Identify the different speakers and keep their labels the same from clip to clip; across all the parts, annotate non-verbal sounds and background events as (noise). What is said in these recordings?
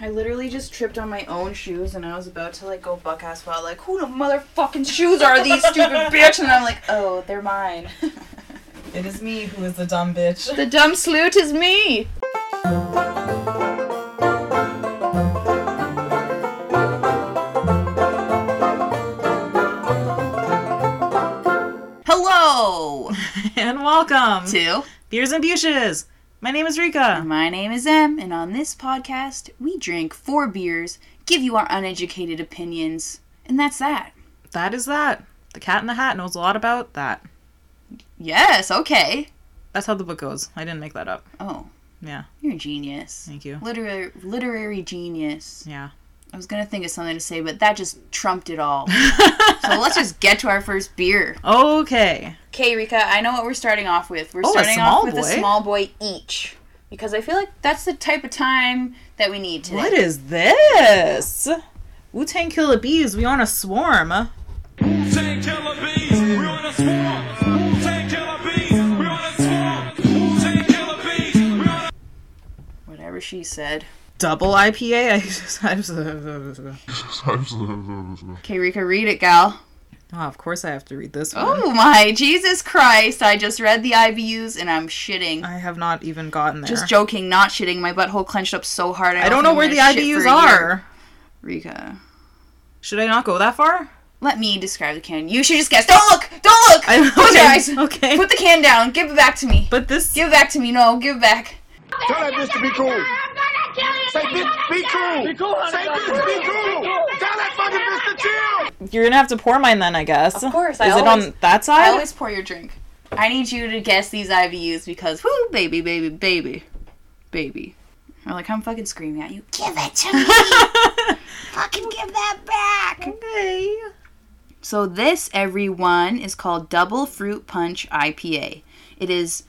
Speaker 1: I literally just tripped on my own shoes and I was about to like go buck ass wild, like, who the motherfucking shoes are these, stupid (laughs) bitch? And I'm like, oh, they're mine.
Speaker 2: It is me who is the dumb bitch.
Speaker 1: (laughs) the dumb sloot is me. (laughs) Hello
Speaker 2: (laughs) And welcome
Speaker 1: to.
Speaker 2: Beers and Buches. My name is Rika.
Speaker 1: My name is Em, and on this podcast, we drink four beers, give you our uneducated opinions, and that's that.
Speaker 2: That is that. The cat in the hat knows a lot about that.
Speaker 1: Yes, okay.
Speaker 2: That's how the book goes. I didn't make that up.
Speaker 1: Oh.
Speaker 2: Yeah.
Speaker 1: You're a genius. (laughs)
Speaker 2: Thank you. (laughs)
Speaker 1: Literary literary genius.
Speaker 2: Yeah.
Speaker 1: I was gonna think of something to say, but that just trumped it all. so let's just get to our first beer.
Speaker 2: Okay.
Speaker 1: Okay, Rika, I know what we're starting off with. We're
Speaker 2: Oh, a
Speaker 1: starting
Speaker 2: small
Speaker 1: off with a
Speaker 2: boy.
Speaker 1: small boy each. Because I feel like that's the type of time that we need today.
Speaker 2: What is this? Wu Tang Killer Bees, we on a swarm.
Speaker 3: Wu-Tang Killer Bees, we on a swarm. Wu-Tang Killer Bees, we on a swarm. Wu-Tang Killer Bees, we on a
Speaker 1: Whatever she said.
Speaker 2: Double IPA. I just, I just-
Speaker 1: Okay, Rika, read it, gal.
Speaker 2: (laughs) oh, of course I have to read this one.
Speaker 1: Oh my Jesus Christ, I just read the IBUs and I'm shitting.
Speaker 2: I have not even gotten there.
Speaker 1: Just joking, not shitting. My butthole clenched up so hard.
Speaker 2: I don't know where the
Speaker 1: think I'm gonna shit
Speaker 2: IBUs
Speaker 1: for a year.
Speaker 2: are.
Speaker 1: Rika.
Speaker 2: Should I not go that far?
Speaker 1: Let me describe the can. You should just guess. Don't look! Don't look!
Speaker 2: I-
Speaker 1: Close your
Speaker 2: (laughs) okay,
Speaker 1: eyes.
Speaker 2: okay.
Speaker 1: Put the can down. Give it back to me.
Speaker 2: But this
Speaker 1: Give it back to me. No, give it back.
Speaker 4: Tell that bitch to be cool. Say, bitch, be cool. Be cool, Say, bitch, be cool. Tell that fucking bitch to chill.
Speaker 2: You're gonna have to pour mine then, I guess. Of
Speaker 1: course,
Speaker 2: Is
Speaker 1: I
Speaker 2: it
Speaker 1: always-
Speaker 2: on that
Speaker 1: I
Speaker 2: side?
Speaker 1: always pour your drink. I need you to guess these IVUs because, whoo, baby, baby, baby, baby. Or like I'm fucking screaming at you. Give it to me. fucking give that back.
Speaker 2: okay.
Speaker 1: So this everyone is called Double Fruit Punch IPA. It is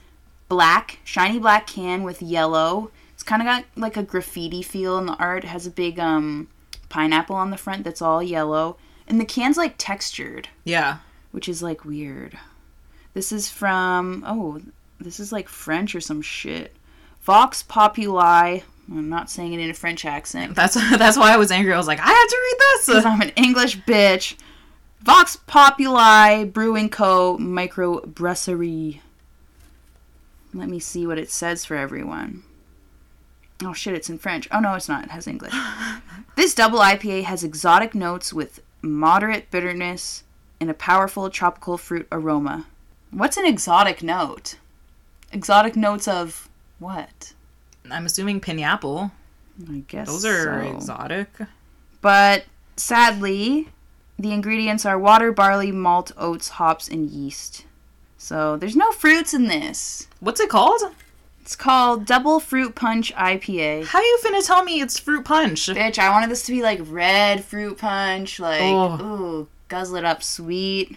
Speaker 1: black, shiny black can with yellow. It's kind of got like a graffiti feel in the art. It has a big um pineapple on the front that's all yellow, and the can's like textured,
Speaker 2: Yeah.
Speaker 1: which is like weird. This is from oh, this is like French or some shit. Vox Populi. I'm not saying it in a French accent.
Speaker 2: That's (laughs) that's why I was angry. I was like, I have to read
Speaker 1: because
Speaker 2: this.
Speaker 1: I'm an English bitch. Vox Populi Brewing Co. Microbrasserie. Let me see what it says for everyone. Oh shit, it's in French. Oh no, it's not. It has (laughs) English. this double IPA has exotic notes with moderate bitterness and a powerful tropical fruit aroma. What's an exotic note? Exotic notes of what?
Speaker 2: I'm assuming pineapple.
Speaker 1: I guess
Speaker 2: Those are
Speaker 1: so.
Speaker 2: exotic.
Speaker 1: but sadly, the ingredients are water, barley, malt, oats, hops, and yeast. So there's no fruits in this.
Speaker 2: What's it called?
Speaker 1: It's called Double Fruit Punch IPA.
Speaker 2: How you finna tell me it's fruit punch?
Speaker 1: Bitch, I wanted this to be like red fruit punch, like
Speaker 2: Oh.
Speaker 1: ooh, guzzle it up sweet.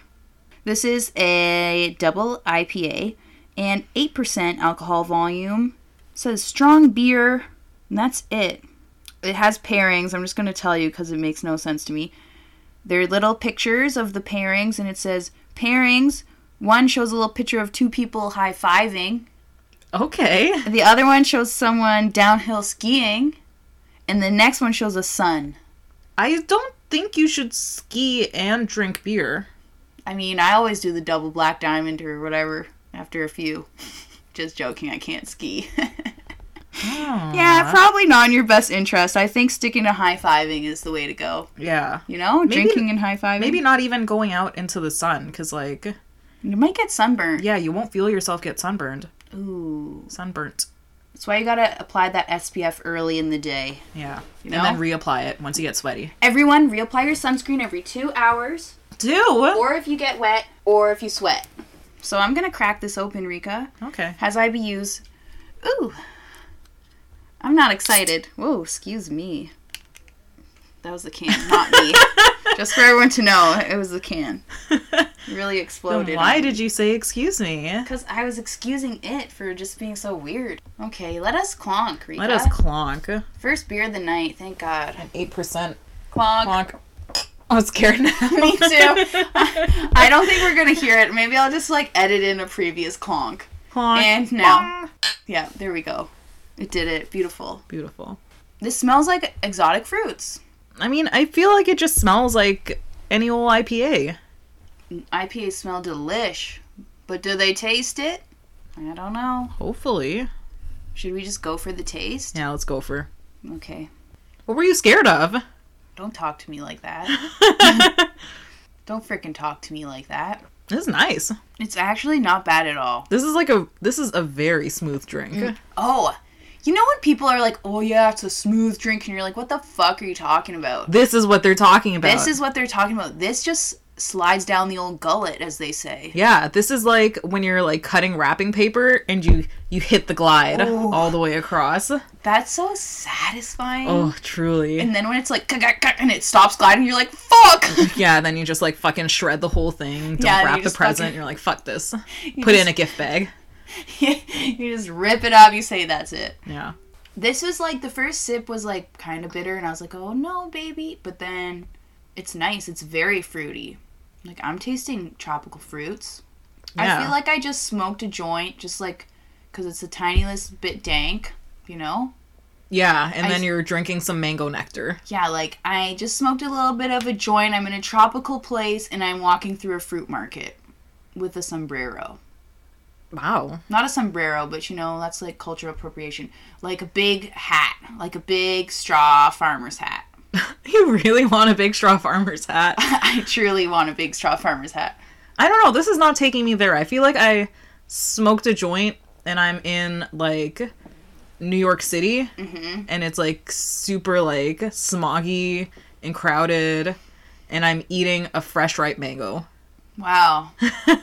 Speaker 1: This is a double IPA and 8% alcohol volume. It says strong beer, and that's it. It has pairings. I'm just going to tell you because it makes no sense to me. There are little pictures of the pairings, and it says pairings. One shows a little picture of two people high fiving.
Speaker 2: Okay.
Speaker 1: The other one shows someone downhill skiing, and the next one shows a sun.
Speaker 2: I don't think you should ski and drink beer.
Speaker 1: I mean, I always do the double black diamond or whatever after a few. (laughs) Just joking, I can't ski. (laughs)
Speaker 2: Oh. Uh-huh.
Speaker 1: yeah, probably not in your best interest. I think sticking to high fiving is the way to go.
Speaker 2: Yeah.
Speaker 1: You know,
Speaker 2: Maybe-
Speaker 1: drinking and high fiving.
Speaker 2: Maybe not even going out into the sun, cause like,
Speaker 1: you might get sunburned.
Speaker 2: yeah, you won't feel yourself get sunburned.
Speaker 1: Ooh,
Speaker 2: Sunburnt.
Speaker 1: that's why you gotta apply that SPF early in the day.
Speaker 2: Yeah.
Speaker 1: know?
Speaker 2: And then reapply it once you get sweaty.
Speaker 1: Everyone, reapply your sunscreen every two hours,
Speaker 2: Do.
Speaker 1: or if you get wet, or if you sweat. So I'm gonna crack this open, Rika.
Speaker 2: Okay. (laughs)
Speaker 1: Has IBUs. Ooh. I'm not excited. Whoa, excuse me. That was the can, not
Speaker 2: (laughs)
Speaker 1: me. Just for everyone to know, it was the can. It really exploded.
Speaker 2: Why did you say excuse me?
Speaker 1: Because I was excusing it for just being so weird. Okay, let us clonk, Rika.
Speaker 2: Let us clonk.
Speaker 1: First beer of the night, thank God.
Speaker 2: Eight percent
Speaker 1: Clonk.
Speaker 2: clonk. (laughs) I was scared now.
Speaker 1: (laughs) Me too.
Speaker 2: (laughs)
Speaker 1: I, I don't think we're gonna hear it. Maybe I'll just like edit in a previous clonk.
Speaker 2: clonk.
Speaker 1: And now. Yeah, there we go. It did it. Beautiful.
Speaker 2: Beautiful.
Speaker 1: This smells like exotic fruits.
Speaker 2: I mean, I feel like it just smells like any old IPA.
Speaker 1: IPAs smell delish, but do they taste it? I don't know.
Speaker 2: Hopefully.
Speaker 1: Should we just go for the taste?
Speaker 2: Yeah, let's go for.
Speaker 1: Okay.
Speaker 2: What were you
Speaker 1: (laughs)
Speaker 2: scared of? (laughs)
Speaker 1: Don't talk to me like that.
Speaker 2: this
Speaker 1: Don't freaking talk to me like that.
Speaker 2: is nice.
Speaker 1: It's actually not bad at all.
Speaker 2: This is like a this is a very smooth drink.
Speaker 1: Oh, you know when people are like, "Oh yeah, it's a smooth drink," and you're like, "What the fuck are you talking about?"
Speaker 2: This is what they're talking about.
Speaker 1: This is what they're talking about. This just slides down the old gullet, as they say.
Speaker 2: Yeah, this is like when you're like cutting wrapping paper and you you hit the glide
Speaker 1: Oh.
Speaker 2: all the way across.
Speaker 1: That's so satisfying.
Speaker 2: Oh, truly.
Speaker 1: And then when it's like and it stops gliding, you're like, "Fuck!"
Speaker 2: (laughs) yeah, then you just like fucking shred the whole thing. Don't
Speaker 1: Yeah,
Speaker 2: wrap
Speaker 1: you
Speaker 2: the
Speaker 1: just fucking-
Speaker 2: present. You're like, fuck
Speaker 1: (laughs)
Speaker 2: this. Put it in a gift bag.
Speaker 1: you just rip it up. You say, "That's it."
Speaker 2: Yeah.
Speaker 1: This was like the first sip was like kind of bitter, and I was like, "Oh no, baby!" But then it's nice. It's very fruity. Like I'm tasting tropical fruits. I
Speaker 2: Yeah.
Speaker 1: feel like I just smoked a joint, just like because it's a tiny little bit dank, you know?
Speaker 2: Yeah, and
Speaker 1: I-
Speaker 2: then you're drinking some mango nectar.
Speaker 1: Yeah, like I just smoked a little bit of a joint. I'm in a tropical place and I'm walking through a fruit market with a sombrero.
Speaker 2: Wow.
Speaker 1: Not a sombrero, but you know, that's like cultural appropriation. Like a big hat, like a big straw farmer's hat. (laughs)
Speaker 2: You (laughs) really want a big straw farmer's hat.
Speaker 1: I truly want a big straw farmer's hat.
Speaker 2: I don't know. This is not taking me there. I feel like I smoked a joint and I'm in like New York City
Speaker 1: Mm-hmm.
Speaker 2: and it's like super like smoggy and crowded and I'm eating a fresh ripe mango. (laughs)
Speaker 1: Wow,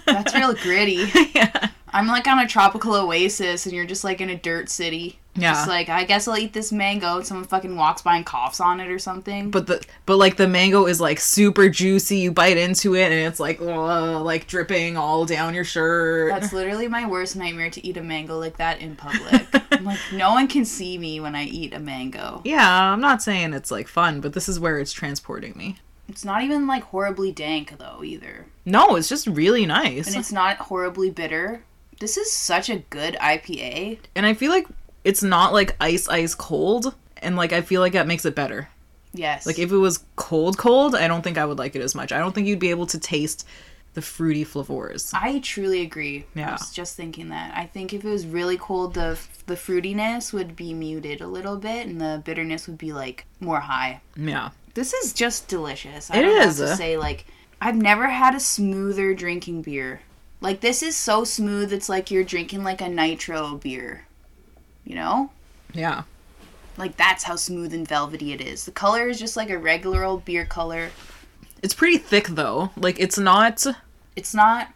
Speaker 1: that's real gritty.
Speaker 2: yeah.
Speaker 1: I'm like on a tropical oasis and you're just like in a dirt city.
Speaker 2: Yeah.
Speaker 1: Just like, I guess I'll eat this mango and someone fucking walks by and coughs on it or something.
Speaker 2: But the but like the mango is like super juicy. You bite into it and it's like ugh, like dripping all down your
Speaker 1: (laughs)
Speaker 2: shirt.
Speaker 1: that's literally my worst nightmare to eat a mango like that in
Speaker 2: (laughs)
Speaker 1: public. I'm like, no one can see me when I eat a mango.
Speaker 2: yeah, I'm not saying it's like fun, but this is where it's transporting me.
Speaker 1: It's not even like horribly dank though either.
Speaker 2: No, it's just really nice.
Speaker 1: And it's not horribly bitter. This is such a good IPA.
Speaker 2: and I feel like it's not like ice ice cold and like I feel like that makes it better.
Speaker 1: Yes.
Speaker 2: Like if it was cold cold, I don't think I would like it as much. I don't think you'd be able to taste the fruity flavors.
Speaker 1: I truly agree. I
Speaker 2: Yeah.
Speaker 1: was just thinking that. I think if it was really cold, the the fruitiness would be muted a little bit, and the bitterness would be like more high.
Speaker 2: Yeah.
Speaker 1: This is just delicious. I
Speaker 2: It
Speaker 1: don't
Speaker 2: is.
Speaker 1: Have to say like I've never had a smoother drinking beer. Like this is so smooth. It's like you're drinking like a nitro beer. You know,
Speaker 2: Yeah.
Speaker 1: like that's how smooth and velvety it is. The color is just like a regular old beer color.
Speaker 2: It's pretty thick though. Like it's not
Speaker 1: It's not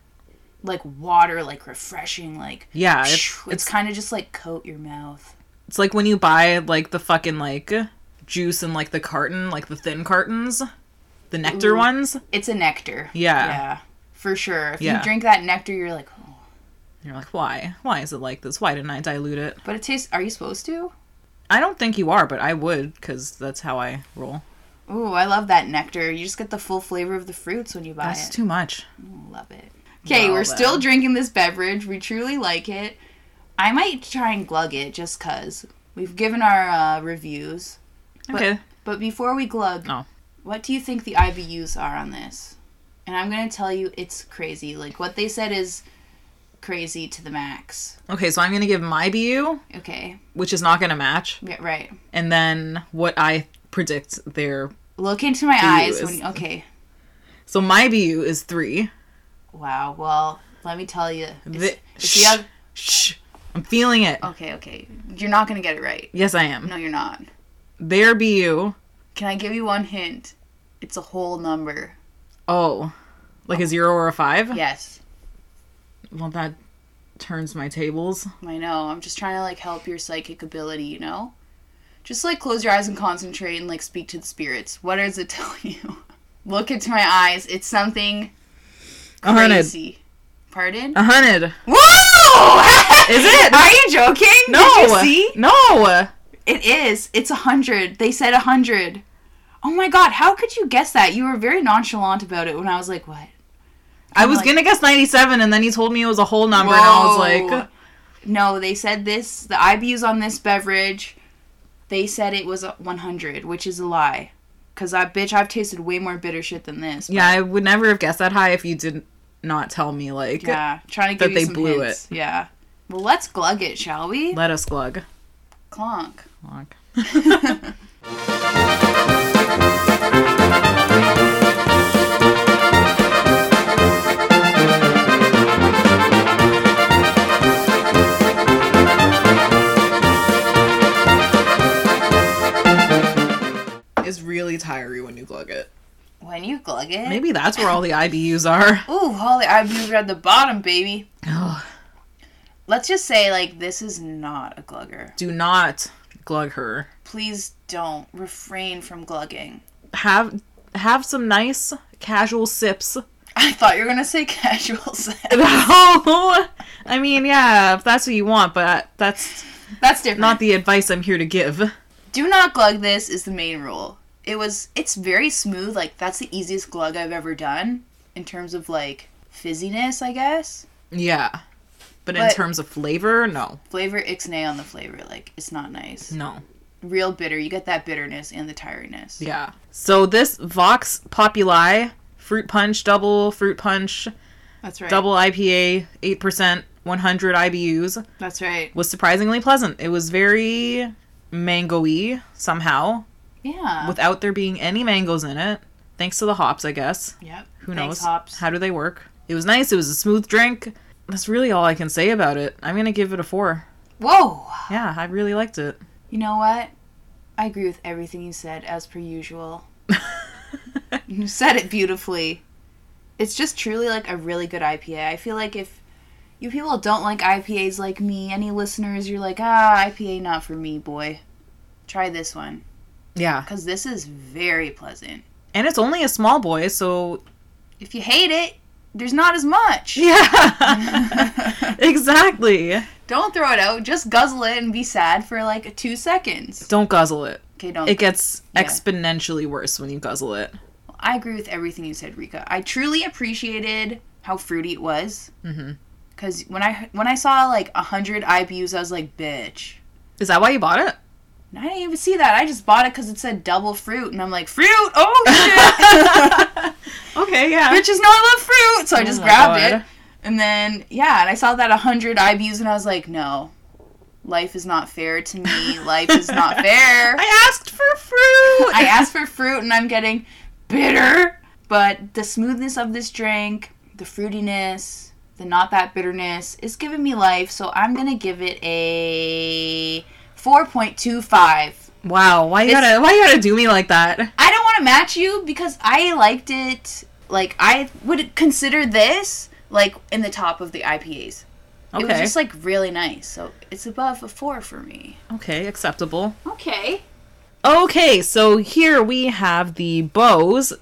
Speaker 1: like water, like refreshing, like
Speaker 2: yeah, it-
Speaker 1: it's,
Speaker 2: it's
Speaker 1: kind of just like coat your mouth.
Speaker 2: it's like when you buy like the fucking like juice in like the carton, like the thin cartons, the nectar
Speaker 1: Ooh.
Speaker 2: ones.
Speaker 1: It's a nectar.
Speaker 2: Yeah.
Speaker 1: Yeah. For sure. If
Speaker 2: Yeah.
Speaker 1: you drink that nectar, you're like, oh.
Speaker 2: You're like, "Why? Why is it like this? Why didn't I dilute it?"
Speaker 1: But it tastes, are you supposed to?
Speaker 2: I don't think you are, but I would cuz that's how I roll.
Speaker 1: Ooh, I love that nectar. You just get the full flavor of the fruits when you buy
Speaker 2: That's
Speaker 1: it.
Speaker 2: too much.
Speaker 1: love it. Okay,
Speaker 2: Well,
Speaker 1: we're
Speaker 2: then.
Speaker 1: still drinking this beverage. We truly like it. I might try and glug it just because. We've given our uh, reviews. But-
Speaker 2: Okay.
Speaker 1: But before we glug,
Speaker 2: No.
Speaker 1: what do you think the IBUs are on this? And I'm going to tell you it's crazy. Like, what they said is crazy to the max.
Speaker 2: Okay, so I'm gonna give my BU,
Speaker 1: Okay.
Speaker 2: which is not gonna match,
Speaker 1: Yeah, right.
Speaker 2: and then what I predict there.
Speaker 1: Look into my eyes.
Speaker 2: is-
Speaker 1: When, okay.
Speaker 2: So my BU is three.
Speaker 1: Wow. Well, let me tell you. It's,
Speaker 2: The-
Speaker 1: it's
Speaker 2: shh,
Speaker 1: the oth-
Speaker 2: shh, I'm feeling it.
Speaker 1: okay, okay. You're not going to get it right.
Speaker 2: Yes, I am.
Speaker 1: No, you're not.
Speaker 2: Their BU.
Speaker 1: Can I give you one hint? It's a whole number.
Speaker 2: Oh, like a zero or a five.
Speaker 1: Yes.
Speaker 2: Well, that turns my tables.
Speaker 1: I know. I'm just trying to like help your psychic ability, you know? Just like close your eyes and concentrate and like speak to the spirits. What does it (laughs) tell you? Look into my eyes. It's something
Speaker 2: A hundred.
Speaker 1: crazy. Pardon?
Speaker 2: A hundred.
Speaker 1: Woo!
Speaker 2: Uh,
Speaker 1: (laughs)
Speaker 2: Is it?
Speaker 1: Are you joking?
Speaker 2: No.
Speaker 1: Did you see?
Speaker 2: No.
Speaker 1: It is. It's a hundred. They said a hundred. Oh my god, how could you guess that? You were very nonchalant about it when I was like, what?
Speaker 2: I was
Speaker 1: like-
Speaker 2: gonna guess ninety-seven, and then he told me it was a whole number, and I was
Speaker 1: Whoa.
Speaker 2: like,
Speaker 1: No, they said this the IBUs on this beverage They said it was 100, which is a lie. Cause I bitch, I've tasted way more bitter shit than this.
Speaker 2: Yeah, I would never have guessed that high if you did not tell me, like,
Speaker 1: yeah. Trying to
Speaker 2: That
Speaker 1: give
Speaker 2: they
Speaker 1: you some
Speaker 2: blew
Speaker 1: hints. Yeah. Well, let's glug it, shall we?
Speaker 2: let us glug.
Speaker 1: Clonk.
Speaker 2: Glug. It's really tiring when you glug it.
Speaker 1: When you glug it,
Speaker 2: Maybe that's where all the IBUs are.
Speaker 1: Ooh, holy IBUs are at the bottom, baby.
Speaker 2: Ugh.
Speaker 1: Let's just say, like, this is not a glugger.
Speaker 2: Do not glug her.
Speaker 1: Please don't refrain from glugging.
Speaker 2: Have have some nice casual sips.
Speaker 1: I thought you were gonna say (laughs) casual
Speaker 2: (laughs)
Speaker 1: sex.
Speaker 2: No, I mean, yeah, if that's what you want, but that's
Speaker 1: That's different.
Speaker 2: not the advice I'm here to give.
Speaker 1: Do not glug this is the main rule. It was it's very smooth, like that's the easiest glug I've ever done in terms of like fizziness, I guess.
Speaker 2: Yeah, but, in
Speaker 1: But-
Speaker 2: terms of flavor, no,
Speaker 1: Flavor ixnay on the flavor, like it's not nice.
Speaker 2: no,
Speaker 1: Real bitter, you get that bitterness and the tiriness.
Speaker 2: Mm-hmm. yeah. So this Vox Populi fruit punch, double fruit punch,
Speaker 1: That's right.
Speaker 2: double IPA, eight percent, 100 IBUs
Speaker 1: That's right.
Speaker 2: was surprisingly pleasant. It was very mangoey somehow,
Speaker 1: Yeah.
Speaker 2: without there being any mangoes in it, thanks to the hops, I guess.
Speaker 1: yep.
Speaker 2: Who
Speaker 1: Thanks,
Speaker 2: knows?
Speaker 1: Hops.
Speaker 2: How do they work? It was nice. It was a smooth drink. That's really all I can say about it. I'm going to give it a four.
Speaker 1: Whoa.
Speaker 2: Yeah, I really liked it. (laughs)
Speaker 1: You know what? I agree with everything you said as per usual. You said it beautifully. It's just truly like a really good IPA. I feel like if you people don't like IPAs like me, any listeners, you're like, ah, IPA not for me, boy. Try this one.
Speaker 2: yeah.
Speaker 1: Because this is very pleasant.
Speaker 2: And it's only a small boy, so. (laughs)
Speaker 1: If you hate it, there's not as much. (laughs)
Speaker 2: Yeah. exactly.
Speaker 1: Don't throw it out. Just guzzle it and be sad for like two seconds.
Speaker 2: Don't guzzle it.
Speaker 1: Okay, don't.
Speaker 2: It gets
Speaker 1: Yeah.
Speaker 2: exponentially worse when you guzzle it.
Speaker 1: I agree with everything you said, Rika. I truly appreciated how fruity it was.
Speaker 2: Mhm.
Speaker 1: Cause when I when I saw like hundred IBUs, I was like, bitch.
Speaker 2: Is that why you bought it?
Speaker 1: And I didn't even see that. I just bought it because it said double fruit, and I'm like, fruit! Oh
Speaker 2: (laughs)
Speaker 1: shit! (laughs)
Speaker 2: Okay, yeah.
Speaker 1: Bitches know I love fruit, so I
Speaker 2: Oh
Speaker 1: just
Speaker 2: my
Speaker 1: grabbed
Speaker 2: God.
Speaker 1: it. And then yeah, and I saw that hundred IBUs, and I was like, no, life is not fair to me. Life is not
Speaker 2: (laughs)
Speaker 1: fair.
Speaker 2: I asked for
Speaker 1: (laughs)
Speaker 2: fruit.
Speaker 1: I asked for fruit and I'm getting bitter. But the smoothness of this drink, the fruitiness, the not that bitterness is giving me life. So I'm going to give it a 4.25.
Speaker 2: Wow, why you
Speaker 1: It's-
Speaker 2: gotta why you gotta do me like that?
Speaker 1: I don't want to match you because I liked it. Like, I would consider this like in the top of the IPAs. It was
Speaker 2: Okay,
Speaker 1: just like really nice. So it's above a 4 for me.
Speaker 2: okay, acceptable.
Speaker 1: Okay.
Speaker 2: Okay, so here we have the Bose.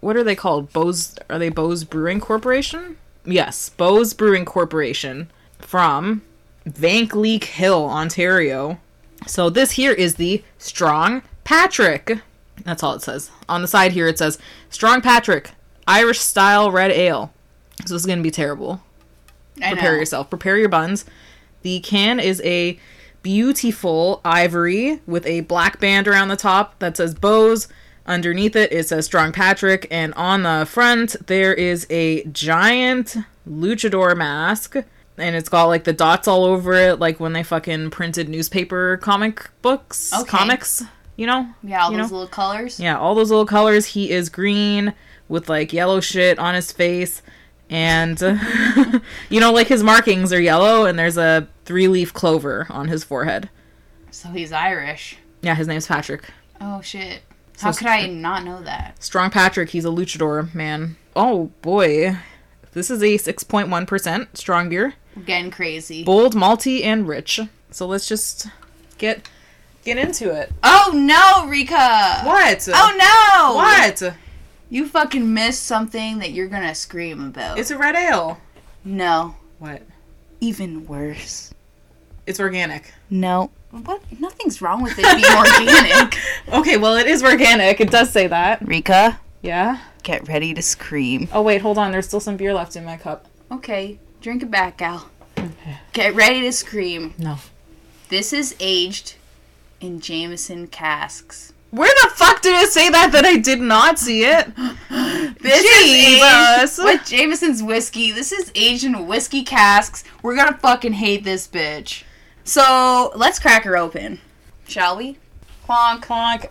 Speaker 2: What are they called? Bose? Are they Bose Brewing Corporation? Yes, Bose Brewing Corporation from Vankleek Hill, Ontario. So this here is the Strong Patrick. That's all it says. On the side here it says Strong Patrick Irish style red ale. So this is going to be terrible.
Speaker 1: I
Speaker 2: Prepare
Speaker 1: know.
Speaker 2: yourself. Prepare your buns. The can is a beautiful ivory with a black band around the top that says Bose. Underneath it, it says Strong Patrick. And on the front, there is a giant luchador mask. And it's got like the dots all over it, like when they fucking printed newspaper comic books.
Speaker 1: Okay.
Speaker 2: Comics, you know?
Speaker 1: Yeah, all
Speaker 2: you
Speaker 1: those
Speaker 2: know?
Speaker 1: little colors.
Speaker 2: Yeah, all those little colors. He is green with like yellow shit on his face. And, (laughs) you know, like his markings are yellow and there's a three leaf clover on his forehead.
Speaker 1: So he's Irish.
Speaker 2: Yeah, his name's Patrick.
Speaker 1: Oh shit. How could I not know that?
Speaker 2: Strong Patrick, he's a luchador, man. Oh boy. This is a 6.1% strong beer.
Speaker 1: Again, crazy.
Speaker 2: Bold, malty, and rich. So let's just get get into it.
Speaker 1: oh no, Rika!
Speaker 2: What?
Speaker 1: Oh no!
Speaker 2: What?
Speaker 1: You fucking missed something that you're gonna scream about.
Speaker 2: It's a red ale.
Speaker 1: no.
Speaker 2: What?
Speaker 1: Even worse.
Speaker 2: It's organic.
Speaker 1: No. What? Nothing's wrong with it being (laughs) organic.
Speaker 2: Okay, well, it is organic. It does say that.
Speaker 1: Rika,
Speaker 2: Yeah.
Speaker 1: get ready to scream.
Speaker 2: Oh, wait, hold on. There's still some beer left in my cup.
Speaker 1: Okay, drink it back, Al. Get ready to scream.
Speaker 2: No.
Speaker 1: This is aged in Jameson casks.
Speaker 2: Where the fuck did it say that that I did not see it?
Speaker 1: This is
Speaker 2: Jesus.
Speaker 1: aged with Jameson's whiskey. This is aged in whiskey casks. We're gonna fucking hate this bitch. So let's crack her open, shall we? Clonk clonk.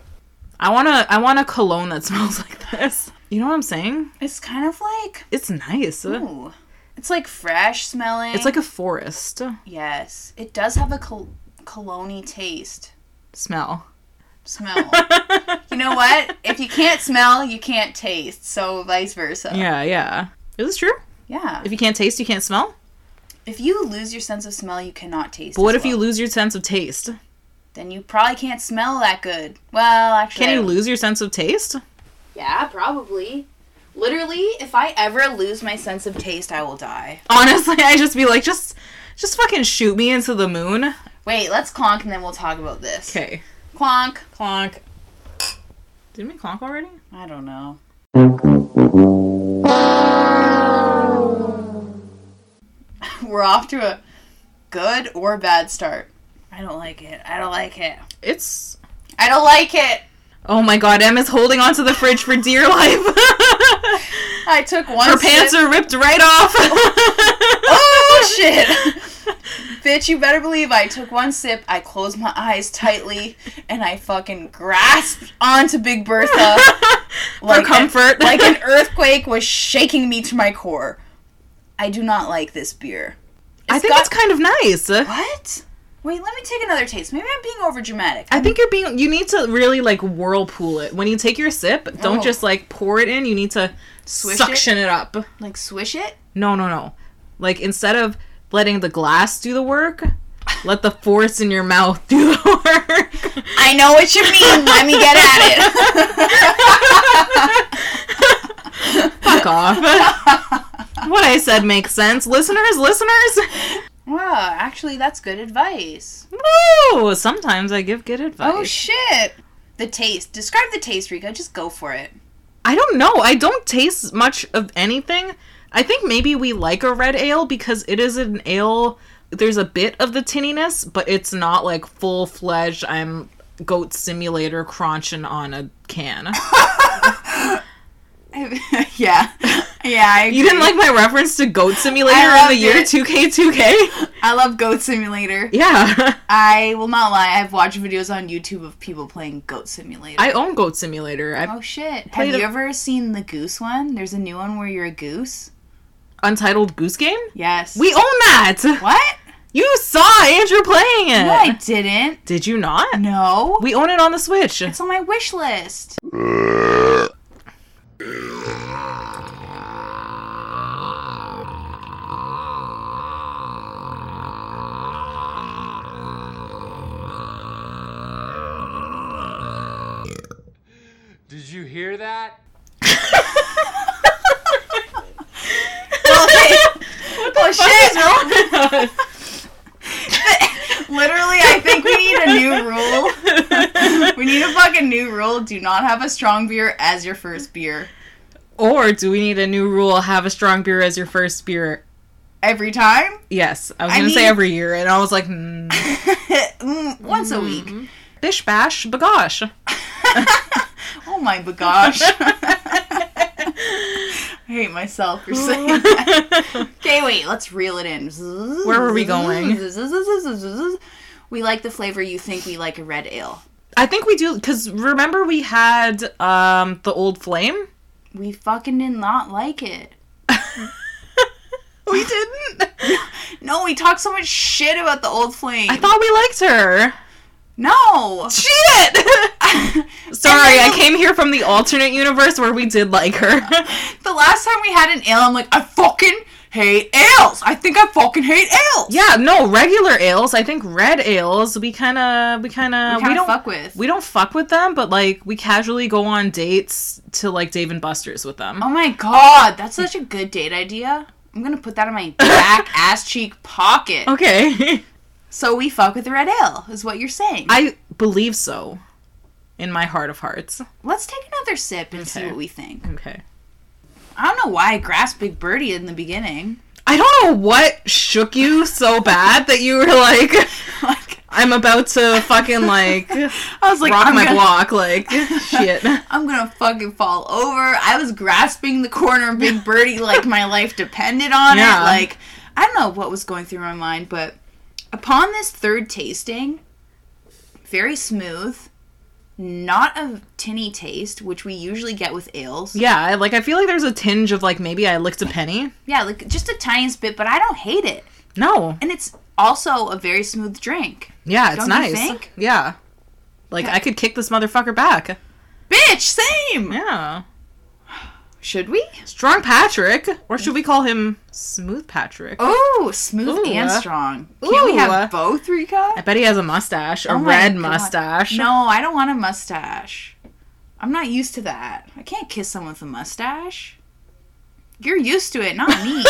Speaker 2: I wanna I want a cologne that (laughs) smells like this. You know what I'm saying?
Speaker 1: It's kind of like
Speaker 2: It's nice.
Speaker 1: ooh, it's like fresh smelling.
Speaker 2: It's like a forest
Speaker 1: yes, it does have a col- cologne taste
Speaker 2: (laughs) smell.
Speaker 1: smell. (laughs) you know what? If you can't smell, you can't taste. So vice versa.
Speaker 2: Yeah, yeah. Is this true?
Speaker 1: Yeah.
Speaker 2: If you can't taste, you can't smell.
Speaker 1: If you lose your sense of smell, you cannot taste.
Speaker 2: But what
Speaker 1: as
Speaker 2: if you
Speaker 1: well.
Speaker 2: lose your sense of taste?
Speaker 1: Then you probably can't smell that good. Well, actually,
Speaker 2: Can
Speaker 1: I
Speaker 2: you
Speaker 1: don't-
Speaker 2: lose your sense of taste?
Speaker 1: Yeah, probably. Literally, if I ever lose my sense of taste, I will die.
Speaker 2: Honestly, (laughs) I just be like, just, just fucking shoot me into the moon.
Speaker 1: Wait, let's clonk and then we'll talk about this.
Speaker 2: Okay.
Speaker 1: Clonk.
Speaker 2: Clonk. Didn't we clonk already?
Speaker 1: I don't know. (laughs) We're off to a good or bad start. I don't like it. I don't like it.
Speaker 2: It's.
Speaker 1: I don't like it.
Speaker 2: Oh my god, Emma's holding onto the fridge for dear life. (laughs)
Speaker 1: I took one.
Speaker 2: Her pants
Speaker 1: sip.
Speaker 2: are ripped right off. (laughs)
Speaker 1: Oh shit! Bitch, you better believe I took one sip. I closed my eyes tightly, and I fucking grasped onto Big Bertha
Speaker 2: (laughs) for comfort.
Speaker 1: An, like an earthquake was shaking me to my core. I do not like this beer.
Speaker 2: I think
Speaker 1: got-
Speaker 2: it's kind of nice.
Speaker 1: What? Wait, let me take another taste. Maybe I'm being over dramatic.
Speaker 2: I think you're being. You need to really like whirlpool it when you take your sip. Don't
Speaker 1: Oh.
Speaker 2: just like pour it in. You need to
Speaker 1: Swish it?
Speaker 2: suction it up.
Speaker 1: Like swish it.
Speaker 2: No, no, no. Like instead of letting the glass do the work, let the force in your mouth do the work.
Speaker 1: I (laughs) know what you mean. let me get at it.
Speaker 2: (laughs) Fuck off. what I said makes sense. Listeners, listeners.
Speaker 1: (laughs) wow, actually, that's good advice.
Speaker 2: Woo! Sometimes I give good advice.
Speaker 1: Oh shit! The taste. Describe the taste, Rika. Just go for it.
Speaker 2: I don't know. I don't taste much of anything. I think maybe we like a red ale because it is an ale. There's a bit of the tinniness, but it's not like full fledged. I'm goat simulator crunching on a (laughs)
Speaker 1: (laughs)
Speaker 2: can.
Speaker 1: yeah, yeah. I
Speaker 2: (laughs) You didn't like my reference to Goat Simulator
Speaker 1: I
Speaker 2: in the
Speaker 1: loved
Speaker 2: year
Speaker 1: it.
Speaker 2: (laughs) 2K2K?
Speaker 1: I love Goat Simulator.
Speaker 2: Yeah. (laughs)
Speaker 1: I will not lie. I've watched videos on YouTube of people playing Goat Simulator.
Speaker 2: I own Goat Simulator. I,
Speaker 1: oh shit! Have
Speaker 2: played
Speaker 1: you
Speaker 2: a-
Speaker 1: ever seen the goose one? There's a new one where you're a goose.
Speaker 2: Untitled Goose Game?
Speaker 1: Yes.
Speaker 2: We own that!
Speaker 1: what?
Speaker 2: You saw Andrew playing it!
Speaker 1: No, I didn't.
Speaker 2: Did you not?
Speaker 1: No.
Speaker 2: We own it on the Switch. (laughs)
Speaker 1: it's on my wish list.
Speaker 5: Did you hear that?
Speaker 1: Oh shit!
Speaker 2: Wrong.
Speaker 1: Literally, I think we need a new rule.
Speaker 2: (laughs)
Speaker 1: we need a fucking new rule. Do not have a strong beer as your first beer.
Speaker 2: or do we need a new rule? Have a strong beer as your first beer.
Speaker 1: Every time? (laughs)
Speaker 2: Yes, I was
Speaker 1: I
Speaker 2: gonna say
Speaker 1: mean-
Speaker 2: every year, and I was like, hmm.
Speaker 1: (laughs) Mm, Once
Speaker 2: Mm-hmm.
Speaker 1: a week.
Speaker 2: bish bash bagosh.
Speaker 1: (laughs) Oh my
Speaker 2: (laughs)
Speaker 1: gosh. I hate myself for saying that. Okay, wait, let's reel it in. Where
Speaker 2: were we going?
Speaker 1: (laughs) We like the flavor you think we like a red ale.
Speaker 2: I think we do because remember we had um the old flame.
Speaker 1: We fucking did not like it.
Speaker 2: We didn't.
Speaker 1: No, we talked so much shit about the old flame.
Speaker 2: (laughs) I thought we liked her.
Speaker 1: no. (laughs)
Speaker 2: Shit! (laughs) Sorry, I came here from the alternate universe where we did like her.
Speaker 1: (laughs) The last time we had an ale, I'm like, I fucking hate ales. I think I fucking hate ales.
Speaker 2: yeah, no, regular ales. I think red ales. We kind of, we kind of,
Speaker 1: we,
Speaker 2: we,
Speaker 1: kinda
Speaker 2: don't,
Speaker 1: fuck with.
Speaker 2: we don't fuck with them, but like we casually go on dates to like Dave and Buster's with them.
Speaker 1: oh my god, that's such a good date idea. I'm gonna put that in
Speaker 2: (laughs)
Speaker 1: my back ass cheek pocket.
Speaker 2: Okay,
Speaker 1: So we fuck with the red ale, is what you're saying.
Speaker 2: (laughs) I believe so, in my heart of hearts.
Speaker 1: Let's take another sip and see
Speaker 2: Okay.
Speaker 1: what we think.
Speaker 2: Okay.
Speaker 1: I don't know why I grasped Big Birdie in the beginning. (laughs)
Speaker 2: I don't know what shook you so bad that you were like, (laughs)
Speaker 1: Like,
Speaker 2: I'm about to fucking like
Speaker 1: (laughs) I was like,
Speaker 2: rock
Speaker 1: I'm
Speaker 2: my
Speaker 1: gonna, (laughs)
Speaker 2: block, like shit.
Speaker 1: I'm gonna fucking fall over. I was grasping the corner of Big Birdie
Speaker 2: (laughs)
Speaker 1: like my life depended on
Speaker 2: Yeah.
Speaker 1: it. Like, I don't know what was going through my mind, but upon this third tasting, very smooth, not a tinny taste, which we usually get with ales.
Speaker 2: Yeah, I- like I feel like there's a tinge of like maybe I licked a penny.
Speaker 1: Yeah, like just the tiniest bit, but I don't hate it.
Speaker 2: No,
Speaker 1: And it's also a very smooth drink.
Speaker 2: yeah, it's
Speaker 1: Don't you
Speaker 2: nice.
Speaker 1: think?
Speaker 2: Yeah, like I could kick this motherfucker back.
Speaker 1: Bitch, same!
Speaker 2: Yeah,
Speaker 1: Should we?
Speaker 2: strong Patrick, or should we call him Smooth Patrick?
Speaker 1: Oh, smooth
Speaker 2: Ooh.
Speaker 1: and strong. Can we
Speaker 2: Ooh.
Speaker 1: have both, Rika?
Speaker 2: I bet he has a mustache, a
Speaker 1: Oh my
Speaker 2: red
Speaker 1: God.
Speaker 2: mustache.
Speaker 1: No, I don't want a mustache. I'm not used to that. I can't kiss someone with a mustache. You're used to it, not
Speaker 2: (laughs)
Speaker 1: me.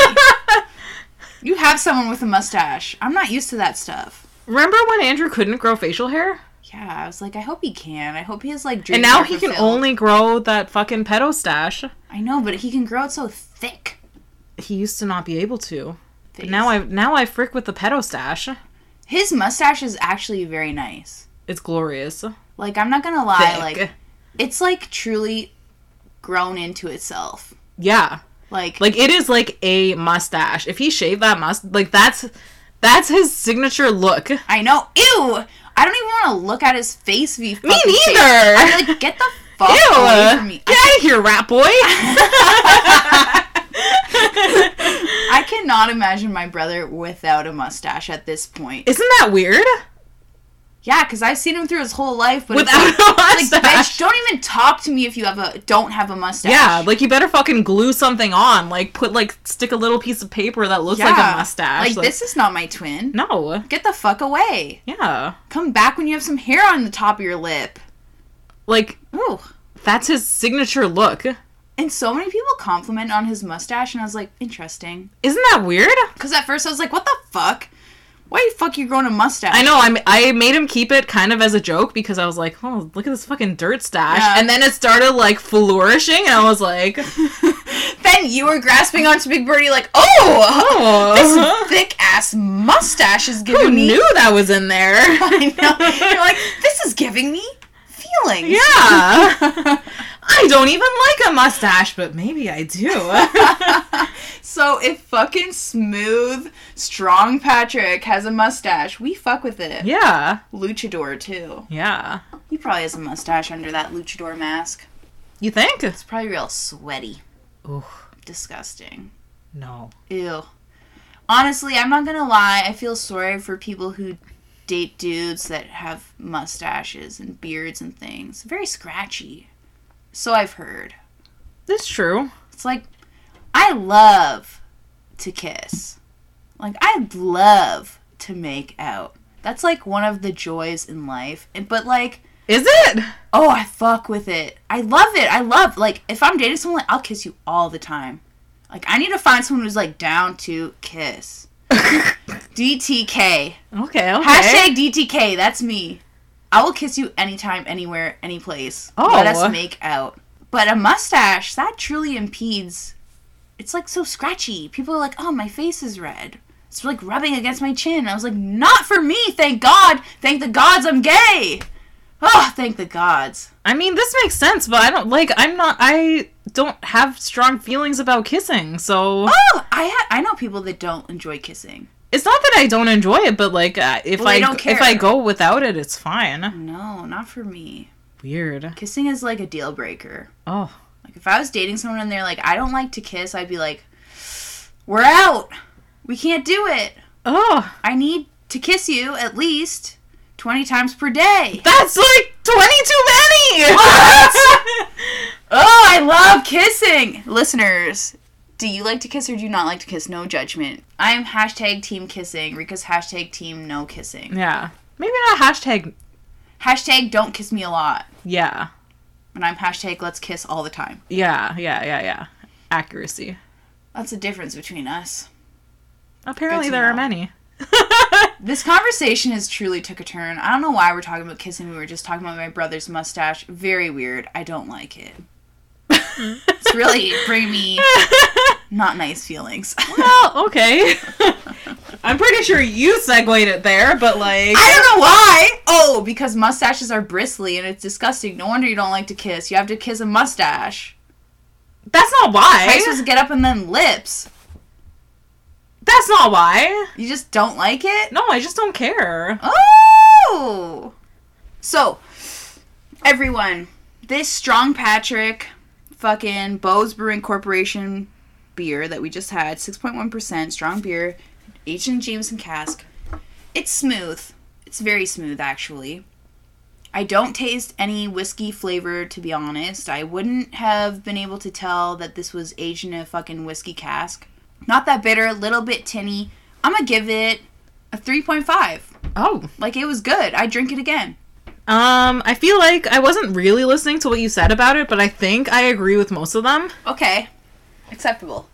Speaker 1: you have someone with a mustache. I'm not used to that stuff.
Speaker 2: Remember when Andrew couldn't grow facial hair,
Speaker 1: Yeah, I was like, I hope he can. I hope he has like.
Speaker 2: and
Speaker 1: dreams
Speaker 2: now
Speaker 1: are
Speaker 2: he can
Speaker 1: fulfilled.
Speaker 2: only grow that fucking pedo stash.
Speaker 1: I know, but he can grow it so thick.
Speaker 2: He used to not be able to. But
Speaker 1: Face.
Speaker 2: now I now I frick with the pedo stash.
Speaker 1: His mustache is actually very nice.
Speaker 2: It's glorious.
Speaker 1: Like I'm not gonna lie,
Speaker 2: Thick.
Speaker 1: like it's like truly grown into itself.
Speaker 2: yeah.
Speaker 1: Like,
Speaker 2: Like it is like a mustache. If he shaved that must like that's that's his signature look.
Speaker 1: I know. Ew! I don't even want to look at his face. Me neither.
Speaker 2: neither.
Speaker 1: I'm like, get the
Speaker 2: (laughs)
Speaker 1: fuck
Speaker 2: Ew!
Speaker 1: away from me.
Speaker 2: Get out of here, rat
Speaker 1: (laughs)
Speaker 2: boy.
Speaker 1: I cannot imagine my brother without a mustache at this point.
Speaker 2: Isn't that weird?
Speaker 1: yeah, because I've seen him through his whole life, but it's
Speaker 2: Without a
Speaker 1: like, like, bitch,
Speaker 2: mustache.
Speaker 1: don't even talk to me if you have a don't have a mustache.
Speaker 2: yeah, like you better fucking glue something on. Like put like stick a little piece of paper that looks like
Speaker 1: Yeah.
Speaker 2: a mustache.
Speaker 1: Like, this is not my twin.
Speaker 2: No.
Speaker 1: Get the fuck away.
Speaker 2: Yeah.
Speaker 1: Come back when you have some hair on the top of your lip.
Speaker 2: Like
Speaker 1: Ooh.
Speaker 2: that's his signature look.
Speaker 1: And so many people compliment on his mustache, and I was like, interesting.
Speaker 2: Isn't that weird?
Speaker 1: Because at first I was like, what the fuck? Why the fuck you growing a mustache?
Speaker 2: I know. I I made him keep it kind of as a joke because I was like, oh, look at this fucking dirt stash,
Speaker 1: Yeah.
Speaker 2: and then it started like flourishing, and I
Speaker 1: (laughs)
Speaker 2: was like,
Speaker 1: (laughs) Then you were grasping onto Big Birdie like, oh,
Speaker 2: oh,
Speaker 1: this thick ass mustache is giving
Speaker 2: who
Speaker 1: me.
Speaker 2: knew that was in (laughs) there?
Speaker 1: (laughs) I know. You're
Speaker 2: (laughs)
Speaker 1: like, this is giving me feelings.
Speaker 2: Yeah, (laughs) I don't even like a mustache, but maybe I do. (laughs)
Speaker 1: So if fucking smooth, strong Patrick has a mustache, we fuck with it.
Speaker 2: yeah,
Speaker 1: Luchador too.
Speaker 2: yeah.
Speaker 1: He probably has a mustache under that luchador mask.
Speaker 2: You think?
Speaker 1: It's probably real sweaty.
Speaker 2: Ooh,
Speaker 1: Disgusting.
Speaker 2: no.
Speaker 1: Ew. Honestly, I'm not gonna lie. I feel sorry for people who date dudes that have mustaches and beards and things. Very scratchy. So I've heard.
Speaker 2: That's true.
Speaker 1: It's like I love to kiss. Like I love to make out. That's like one of the joys in life. And- But like,
Speaker 2: Is (laughs) it?
Speaker 1: oh, I fuck with it. I love it. I love like if I'm dating someone, I'll kiss you all the time. Like I need to find someone who's like down to kiss. DTK.
Speaker 2: Okay. Okay.
Speaker 1: Hashtag DTK. That's me. I will kiss you anytime, anywhere, any place.
Speaker 2: Oh.
Speaker 1: Let us make out. But a mustache, that truly impedes. It's like so scratchy. People are like, oh, my face is red. It's like rubbing against my chin. I was like, not for me. Thank God. Thank the gods I'm gay. Oh, thank the gods.
Speaker 2: I mean, this makes sense, but I don't like. I'm not. I don't have strong feelings about kissing, so.
Speaker 1: Oh, I ha- I know people that don't enjoy kissing.
Speaker 2: It's not that I don't enjoy it, but like uh, if
Speaker 1: Well, they
Speaker 2: I
Speaker 1: don't care.
Speaker 2: if I go without it, it's fine.
Speaker 1: No, not for me.
Speaker 2: Weird.
Speaker 1: Kissing is like a deal breaker.
Speaker 2: Oh,
Speaker 1: Like if I was dating someone and they're like, I don't like to kiss, I'd be like, We're out. We can't do it.
Speaker 2: oh,
Speaker 1: I need to kiss you at least twenty times per day.
Speaker 2: that's like twenty too many.
Speaker 1: Oh, I love kissing. Listeners, do you like to kiss or do you not like to kiss? No judgment. I am hashtag team kissing. Rika's hashtag team no kissing.
Speaker 2: (laughs) yeah, maybe not hashtag.
Speaker 1: Hashtag don't kiss me a lot.
Speaker 2: Yeah,
Speaker 1: And I'm hashtag let's kiss all the time.
Speaker 2: yeah, yeah, yeah, yeah. Accuracy.
Speaker 1: That's the difference between us.
Speaker 2: Apparently,
Speaker 1: to
Speaker 2: there are
Speaker 1: know.
Speaker 2: (laughs) many.
Speaker 1: This conversation has truly took a turn. I don't know why we're talking about kissing. We were just talking about my brother's mustache. Very weird. I don't like it. It's really bringing me not nice feelings.
Speaker 2: well, okay. (laughs) I'm pretty sure you segued it there, but like,
Speaker 1: (laughs) I don't know why. Oh, because mustaches are bristly and it's disgusting. No wonder you don't like to kiss. You have to kiss a mustache.
Speaker 2: that's not
Speaker 1: How you
Speaker 2: why.
Speaker 1: supposed to get up and then lips?
Speaker 2: That's not why.
Speaker 1: You just don't like it?
Speaker 2: No, I just don't care.
Speaker 1: Oh! So, everyone, this Strong Patrick fucking Bose Brewing Corporation beer that we just had, 6.1% strong beer, Agent Jameson cask. It's smooth. It's very smooth, actually. I don't taste any whiskey flavor, to be honest. I wouldn't have been able to tell that this was aged in a fucking whiskey cask. Not that bitter, a little bit tinny. I'm gonna give it a 3.5.
Speaker 2: Oh.
Speaker 1: Like it was good. I drink it again.
Speaker 2: Um, I feel like I wasn't really listening to what you said about it, but I think I agree with most of them.
Speaker 1: Okay. Acceptable.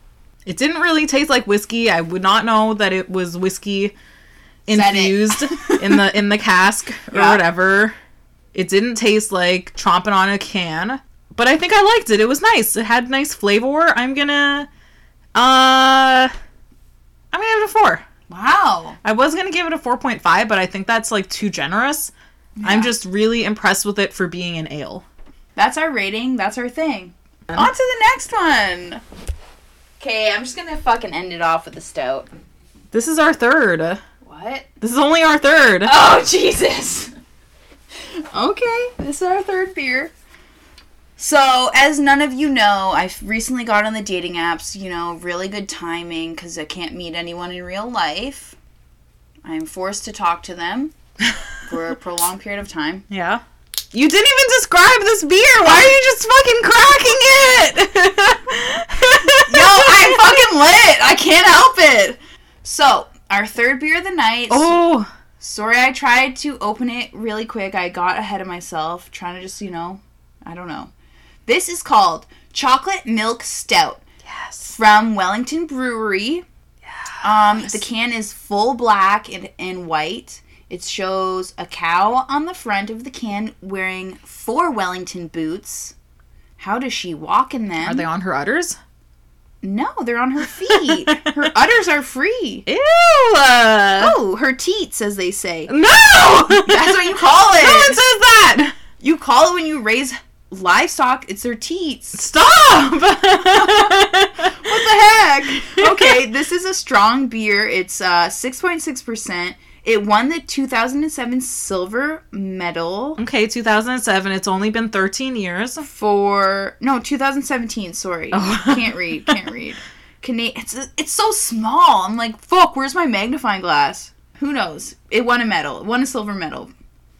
Speaker 2: It didn't really taste like whiskey. I would not know that it was whiskey
Speaker 1: it.
Speaker 2: infused in the in
Speaker 1: (laughs)
Speaker 2: the cask or
Speaker 1: Yeah.
Speaker 2: whatever. It didn't taste like chomping on a can, but I think I liked it. It was nice. It had nice flavor. I'm gonna, uh, I'm gonna give it a four.
Speaker 1: Wow.
Speaker 2: I was gonna give it a four point five, but I think that's like too generous. I'm just really impressed with it for being an ale.
Speaker 1: That's our rating. That's our thing. On to the next one. Uh-huh. Okay, I'm just gonna fucking end it off with a stout.
Speaker 2: This is our third.
Speaker 1: What?
Speaker 2: This is only our third.
Speaker 1: Oh (laughs) Jesus. okay, this is our third beer. So, as none of you know, I've recently got on the dating apps, you know, really good timing cuz I can't meet anyone in real life. I'm forced to talk to them
Speaker 2: (laughs)
Speaker 1: for a prolonged period of time.
Speaker 2: Yeah. You didn't even describe this beer. Why are you just fucking cracking (laughs) it?
Speaker 1: Yo, I'm fucking lit. I can't help it. So, our third beer of the night.
Speaker 2: (laughs) Oh,
Speaker 1: Sorry, I tried to open it really quick. I got ahead of myself, trying to just, you know, I don't know. This is called Chocolate Milk Stout. Yes. From Wellington Brewery. Um, the can is full black and, and white. It shows a cow on the front of the can wearing four Wellington boots. How does she walk in them?
Speaker 2: are they on her udders?
Speaker 1: No, they're on her feet. her udders are free.
Speaker 2: Ew! uh,
Speaker 1: Oh, her teats, as they say.
Speaker 2: No! (laughs)
Speaker 1: That's what you call
Speaker 2: No one says
Speaker 1: it.
Speaker 2: that.
Speaker 1: You call it when you raise livestock. It's their teats.
Speaker 2: (laughs) Stop! (laughs)
Speaker 1: What the heck? Okay, this is a strong beer. It's uh, 6.6%. It won the 2007 silver medal
Speaker 2: okay, 2007. It's only been 13 years.
Speaker 1: for no 2017. Sorry, can't read. Can't read. Cana- it's it's so small. I'm like, fuck. Where's my magnifying glass? Who knows? It won a medal. It won a silver medal.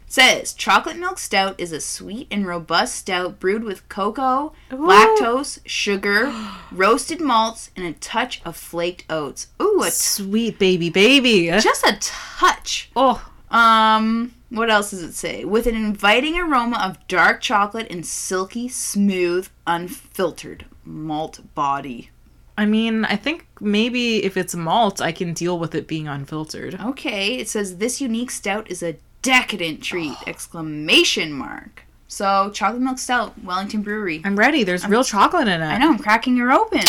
Speaker 1: Says chocolate milk stout is a sweet and robust stout brewed with cocoa, lactose, sugar, (gasps) roasted malts, and a touch of flaked oats. Ooh, a t-
Speaker 2: Sweet baby, baby.
Speaker 1: just a touch.
Speaker 2: Oh,
Speaker 1: Um, what else does it say? With an inviting aroma of dark chocolate and silky, smooth, unfiltered malt body.
Speaker 2: I mean, I think maybe if it's malt, I can deal with it being unfiltered.
Speaker 1: Okay, it says this unique stout is a decadent
Speaker 2: (sighs)
Speaker 1: treat! Exclamation mark. So, chocolate milk stout, Wellington Brewery.
Speaker 2: I'm ready. There's real chocolate in it.
Speaker 1: I know, I'm cracking her open.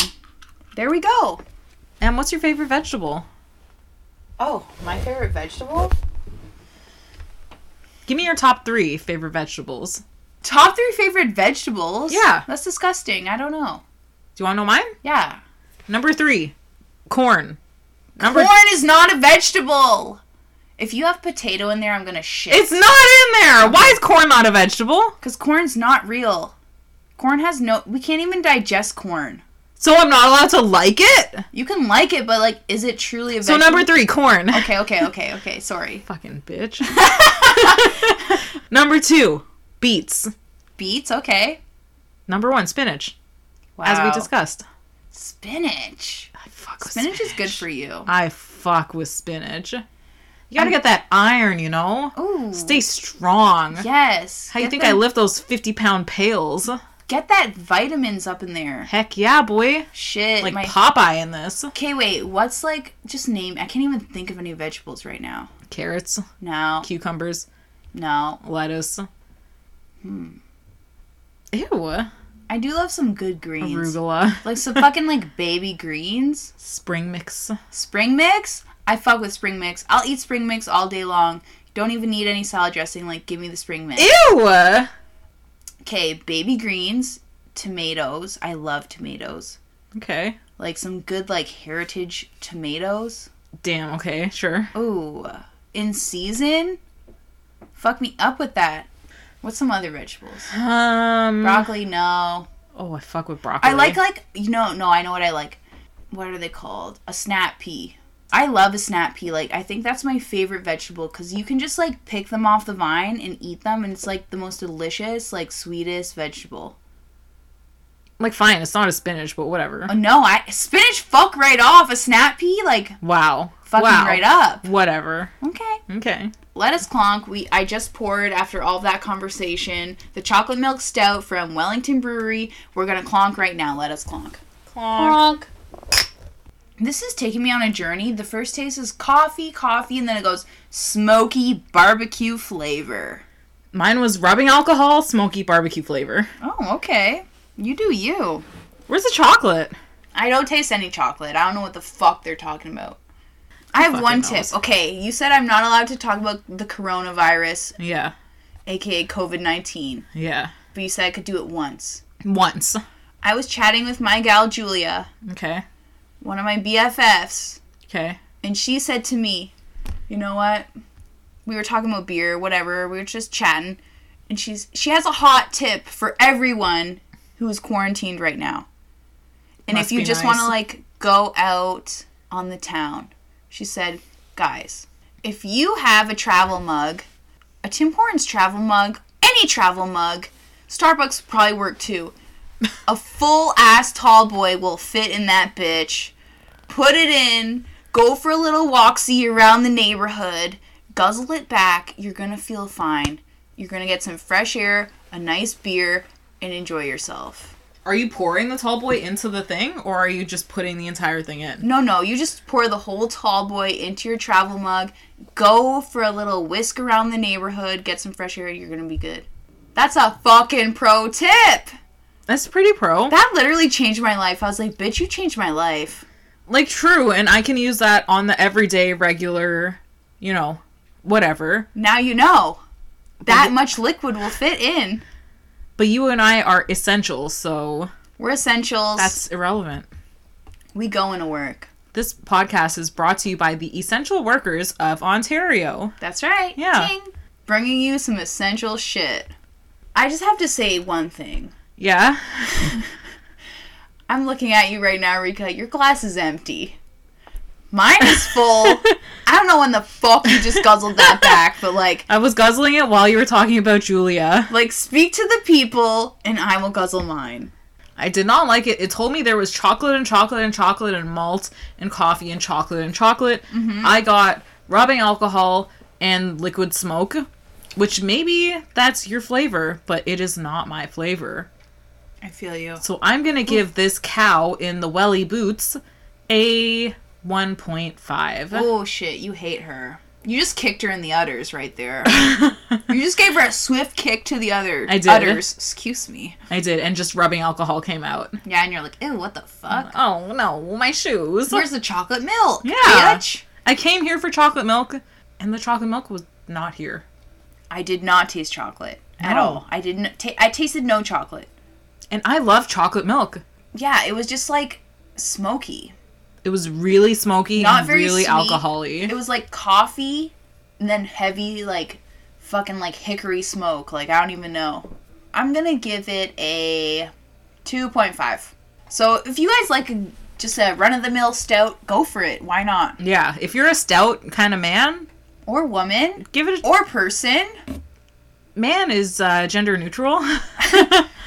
Speaker 1: There we go.
Speaker 2: And what's your favorite vegetable?
Speaker 1: Oh, my favorite vegetable?
Speaker 2: Give me your top three favorite vegetables.
Speaker 1: Top three favorite vegetables?
Speaker 2: Yeah.
Speaker 1: That's disgusting. I don't know.
Speaker 2: Do you want to know mine?
Speaker 1: Yeah.
Speaker 2: Number three, corn. Number
Speaker 1: Corn is not a vegetable! If you have potato in there, I'm gonna shit.
Speaker 2: it's not in there. Why is corn not a vegetable?
Speaker 1: Because corn's not real. Corn has no. We can't even digest corn.
Speaker 2: So I'm not allowed to like it.
Speaker 1: You can like it, but like, is it truly a
Speaker 2: So
Speaker 1: vegetable?
Speaker 2: number three, corn.
Speaker 1: Okay, okay, okay, okay. Sorry.
Speaker 2: (laughs) Fucking bitch. (laughs) number two, beets.
Speaker 1: Beets. Okay.
Speaker 2: Number one, spinach,
Speaker 1: Wow.
Speaker 2: as we discussed.
Speaker 1: Spinach.
Speaker 2: I fuck with
Speaker 1: Spinach is good for you.
Speaker 2: I fuck with spinach. You gotta get that iron, you know.
Speaker 1: Ooh.
Speaker 2: Stay strong.
Speaker 1: Yes.
Speaker 2: How you
Speaker 1: Get
Speaker 2: think
Speaker 1: them-
Speaker 2: I lift those fifty-pound pails?
Speaker 1: Get that vitamins up in there.
Speaker 2: Heck yeah, boy.
Speaker 1: Shit.
Speaker 2: like
Speaker 1: my-
Speaker 2: Popeye in this.
Speaker 1: okay, wait. What's like? Just name. I can't even think of any vegetables right now.
Speaker 2: Carrots,
Speaker 1: No.
Speaker 2: cucumbers,
Speaker 1: No.
Speaker 2: lettuce.
Speaker 1: Hmm.
Speaker 2: Ew.
Speaker 1: I do love some good greens.
Speaker 2: Arugula.
Speaker 1: Like some fucking like baby greens.
Speaker 2: Spring mix.
Speaker 1: Spring mix? I fuck with spring mix. I'll eat spring mix all day long. Don't even need any salad dressing. Like, give me the spring mix.
Speaker 2: Ew.
Speaker 1: Okay, baby greens, tomatoes. I love tomatoes.
Speaker 2: Okay.
Speaker 1: Like some good like heritage tomatoes.
Speaker 2: Damn. Okay. Sure.
Speaker 1: Ooh, in season. Fuck me up with that. What's some other vegetables?
Speaker 2: Um.
Speaker 1: Broccoli, no.
Speaker 2: oh, I fuck with broccoli.
Speaker 1: I like like you know no. I know what I like. What are they called? A snap pea. I love a snap pea. Like I think that's my favorite vegetable because you can just like pick them off the vine and eat them, and it's like the most delicious, like sweetest vegetable.
Speaker 2: Like fine. It's not a spinach, but whatever.
Speaker 1: Oh, no, I spinach fuck right off a snap pea like
Speaker 2: Wow.
Speaker 1: fucking
Speaker 2: wow.
Speaker 1: right up.
Speaker 2: Whatever.
Speaker 1: Okay.
Speaker 2: Okay.
Speaker 1: Lettuce clonk. We I just poured after all that conversation the chocolate milk stout from Wellington Brewery. We're gonna clonk right now. Lettuce clonk. Clonk. This is taking me on a journey. The first taste is coffee, coffee, and then it goes smoky barbecue flavor.
Speaker 2: Mine was rubbing alcohol, smoky barbecue flavor.
Speaker 1: Oh, okay. You do you.
Speaker 2: Where's the chocolate?
Speaker 1: I don't taste any chocolate. I don't know what the fuck they're talking about. I have
Speaker 2: fucking
Speaker 1: one tip.
Speaker 2: knows?
Speaker 1: Okay, you said I'm not allowed to talk about the coronavirus,
Speaker 2: Yeah.
Speaker 1: aka COVID 19,
Speaker 2: Yeah.
Speaker 1: but you said I could do it once.
Speaker 2: Once.
Speaker 1: I was chatting with my gal Julia,
Speaker 2: Okay.
Speaker 1: one of my BFFs,
Speaker 2: Okay.
Speaker 1: and she said to me, "You know what? We were talking about beer, whatever. We were just chatting, and she's she has a hot tip for everyone who is quarantined right now. And
Speaker 2: Must
Speaker 1: if you
Speaker 2: be
Speaker 1: just
Speaker 2: nice.
Speaker 1: want to like go out on the town, she said, guys, if you have a travel mug, a Tim Hortons travel mug, any travel mug, Starbucks would probably work too." A full ass tall boy will fit in that bitch put it in, go for a little walksy around the neighborhood, guzzle it back, you're gonna feel fine. You're gonna get some fresh air, a nice beer, and enjoy yourself.
Speaker 2: Are you pouring the tall boy into the thing, or are you just putting the entire thing in?
Speaker 1: No, no, you just pour the whole tall boy into your travel mug, go for a little whisk around the neighborhood, get some fresh air, you're gonna be good. That's a fucking pro tip!
Speaker 2: That's pretty pro.
Speaker 1: That literally changed my life. I was like, bitch, you changed my life.
Speaker 2: like true, and I can use that on the everyday, regular, you know, whatever.
Speaker 1: Now you know. That much liquid will fit in.
Speaker 2: But you and I are essential, so
Speaker 1: We're essentials.
Speaker 2: that's irrelevant.
Speaker 1: We going to work.
Speaker 2: This podcast is brought to you by the essential workers of Ontario.
Speaker 1: That's right.
Speaker 2: Yeah.
Speaker 1: Ting. Bringing you some essential shit. I just have to say one thing.
Speaker 2: Yeah.
Speaker 1: I'm looking at you right now, Rika. Your glass is empty. Mine is full.
Speaker 2: (laughs)
Speaker 1: I don't know when the fuck you just guzzled that back, but like,
Speaker 2: I was guzzling it while you were talking about Julia.
Speaker 1: like speak to the people, and I will guzzle mine.
Speaker 2: I did not like it. It told me there was chocolate and chocolate and chocolate and malt and coffee and chocolate and chocolate. I got rubbing alcohol and liquid smoke, which maybe that's your flavor, but it is not my flavor.
Speaker 1: I feel you.
Speaker 2: So I'm going to give this cow in the welly boots a 1.5.
Speaker 1: Oh shit, you hate her. You just kicked her in the udders right
Speaker 2: (laughs)
Speaker 1: there. you just gave her a swift kick to the other
Speaker 2: I did.
Speaker 1: udders. Excuse me.
Speaker 2: I did, and just rubbing alcohol came out.
Speaker 1: Yeah, and you're like, ew, what the fuck?
Speaker 2: Oh no, my shoes.
Speaker 1: Where's the chocolate milk?
Speaker 2: Yeah.
Speaker 1: bitch?
Speaker 2: I came here for chocolate milk, and the chocolate milk was not here.
Speaker 1: I did not taste chocolate at
Speaker 2: No.
Speaker 1: all. I didn't. Ta- I tasted no chocolate.
Speaker 2: And I love chocolate milk.
Speaker 1: Yeah, it was just like smoky.
Speaker 2: It was really smoky
Speaker 1: Not
Speaker 2: and
Speaker 1: very
Speaker 2: really
Speaker 1: sweet.
Speaker 2: alcoholic.
Speaker 1: It was like coffee, and then heavy like fucking like hickory smoke. Like I don't even know. I'm gonna give it a two point five. So if you guys like a, just a run of the mill stout, go for it. Why not?
Speaker 2: Yeah, if you're a stout kind of man,
Speaker 1: Or woman,
Speaker 2: give it a
Speaker 1: or person.
Speaker 2: man is uh, gender neutral. (laughs)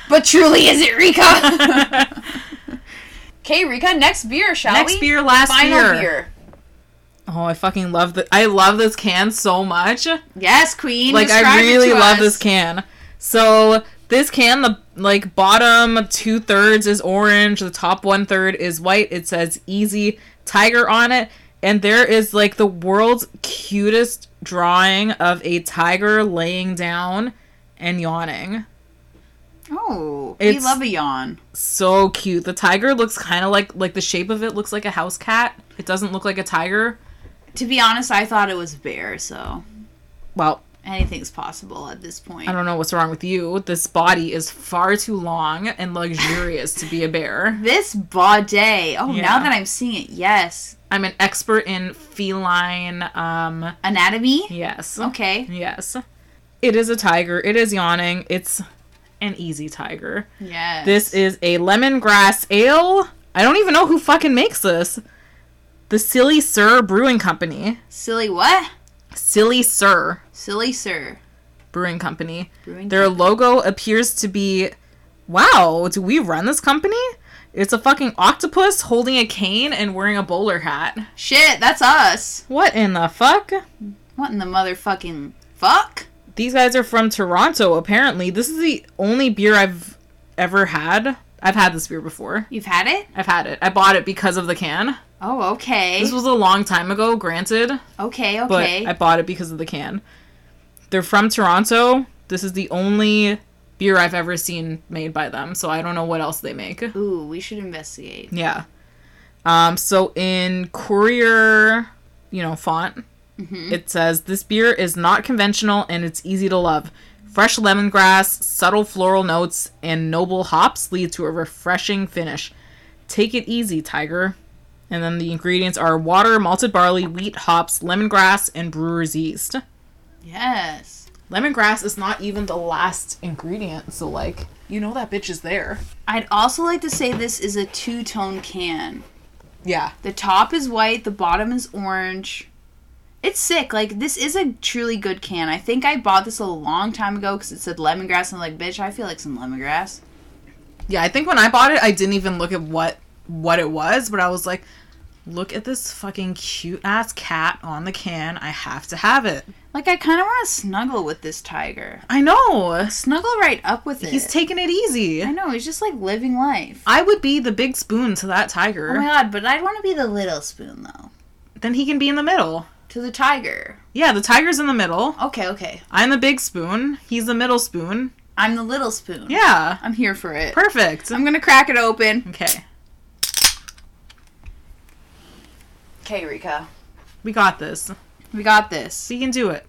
Speaker 1: But truly, is it Rika? (laughs) okay, Rika. Next beer, shall we?
Speaker 2: Next beer, last
Speaker 1: Final
Speaker 2: beer.
Speaker 1: beer.
Speaker 2: Oh, I fucking love the I love this can so much.
Speaker 1: Yes, Queen.
Speaker 2: like I
Speaker 1: describe it
Speaker 2: really
Speaker 1: to
Speaker 2: love
Speaker 1: us.
Speaker 2: this can. So this can, the like bottom two thirds is orange, the top one third is white. It says "Easy Tiger" on it, and there is like the world's cutest drawing of a tiger laying down and yawning.
Speaker 1: Oh, we
Speaker 2: It's-
Speaker 1: love a yawn.
Speaker 2: So cute. The tiger looks kind of like like the shape of it looks like a house cat. It doesn't look like a tiger.
Speaker 1: To be honest, I thought it was bear, so
Speaker 2: Well,
Speaker 1: anything's possible at this point.
Speaker 2: I don't know what's wrong with you. This body is far too long and luxurious to be a bear.
Speaker 1: This body. Oh,
Speaker 2: Yeah.
Speaker 1: now that I'm seeing it, yes.
Speaker 2: I'm an expert in feline. Um,
Speaker 1: Anatomy?
Speaker 2: yes.
Speaker 1: Okay.
Speaker 2: Yes. It is a tiger. It is yawning. It's an easy tiger.
Speaker 1: Yes.
Speaker 2: This is a lemongrass ale. I don't even know who fucking makes this. The Silly Sir Brewing Company.
Speaker 1: Silly what?
Speaker 2: Silly Sir
Speaker 1: Silly sir.
Speaker 2: Brewing Company.
Speaker 1: Brewing
Speaker 2: Their logo appears to be wow, do we run this company? It's a fucking octopus holding a cane and wearing a bowler hat.
Speaker 1: Shit, that's us.
Speaker 2: What in the fuck?
Speaker 1: What in the motherfucking fuck?
Speaker 2: These guys are from Toronto, apparently. This is the only beer I've ever had. I've had this beer before.
Speaker 1: You've had it?
Speaker 2: I've had it. I bought it because of the can.
Speaker 1: Oh, okay.
Speaker 2: This was a long time ago, granted,
Speaker 1: okay,
Speaker 2: but
Speaker 1: okay.
Speaker 2: I bought it because of the can. They're from Toronto. This is the only beer I've ever seen made by them, so I don't know what else they make.
Speaker 1: Ooh, we should investigate.
Speaker 2: Yeah. Um, so in courier, you know, font, it says this beer is not conventional and it's easy to love. Fresh lemongrass, subtle floral notes, and noble hops lead to a refreshing finish. Take it easy, Tiger. And then the ingredients are water, malted barley, wheat, hops, lemongrass, and brewer's yeast.
Speaker 1: Yes.
Speaker 2: Lemongrass is not even the last ingredient, so like, you know that bitch is there.
Speaker 1: I'd also like to say this is a two tone can.
Speaker 2: Yeah.
Speaker 1: The top is white, the bottom is orange. It's sick. Like, this is a truly good can. I think I bought this a long time ago because it said lemongrass, and I'm like, bitch, I feel like some lemongrass.
Speaker 2: Yeah, I think when I bought it, I didn't even look at what what it was, but I was like, look at this fucking cute ass cat on the can. I have to have it.
Speaker 1: Like, I kind of want to snuggle with this tiger.
Speaker 2: I know.
Speaker 1: Snuggle right up with it.
Speaker 2: He's taking it
Speaker 1: I
Speaker 2: easy.
Speaker 1: know, he's just like living life.
Speaker 2: I would be the big spoon to that
Speaker 1: Oh my
Speaker 2: tiger.
Speaker 1: god, but I'd want to be the little spoon, though.
Speaker 2: Then he can be in the middle.
Speaker 1: To the tiger.
Speaker 2: Yeah, the tiger's in the middle.
Speaker 1: Okay, okay.
Speaker 2: I'm the big spoon. He's the middle spoon.
Speaker 1: I'm the little spoon.
Speaker 2: Yeah.
Speaker 1: I'm here for it.
Speaker 2: Perfect.
Speaker 1: I'm gonna crack it open.
Speaker 2: Okay.
Speaker 1: Okay, Rika.
Speaker 2: We got this.
Speaker 1: We got this.
Speaker 2: We can do it.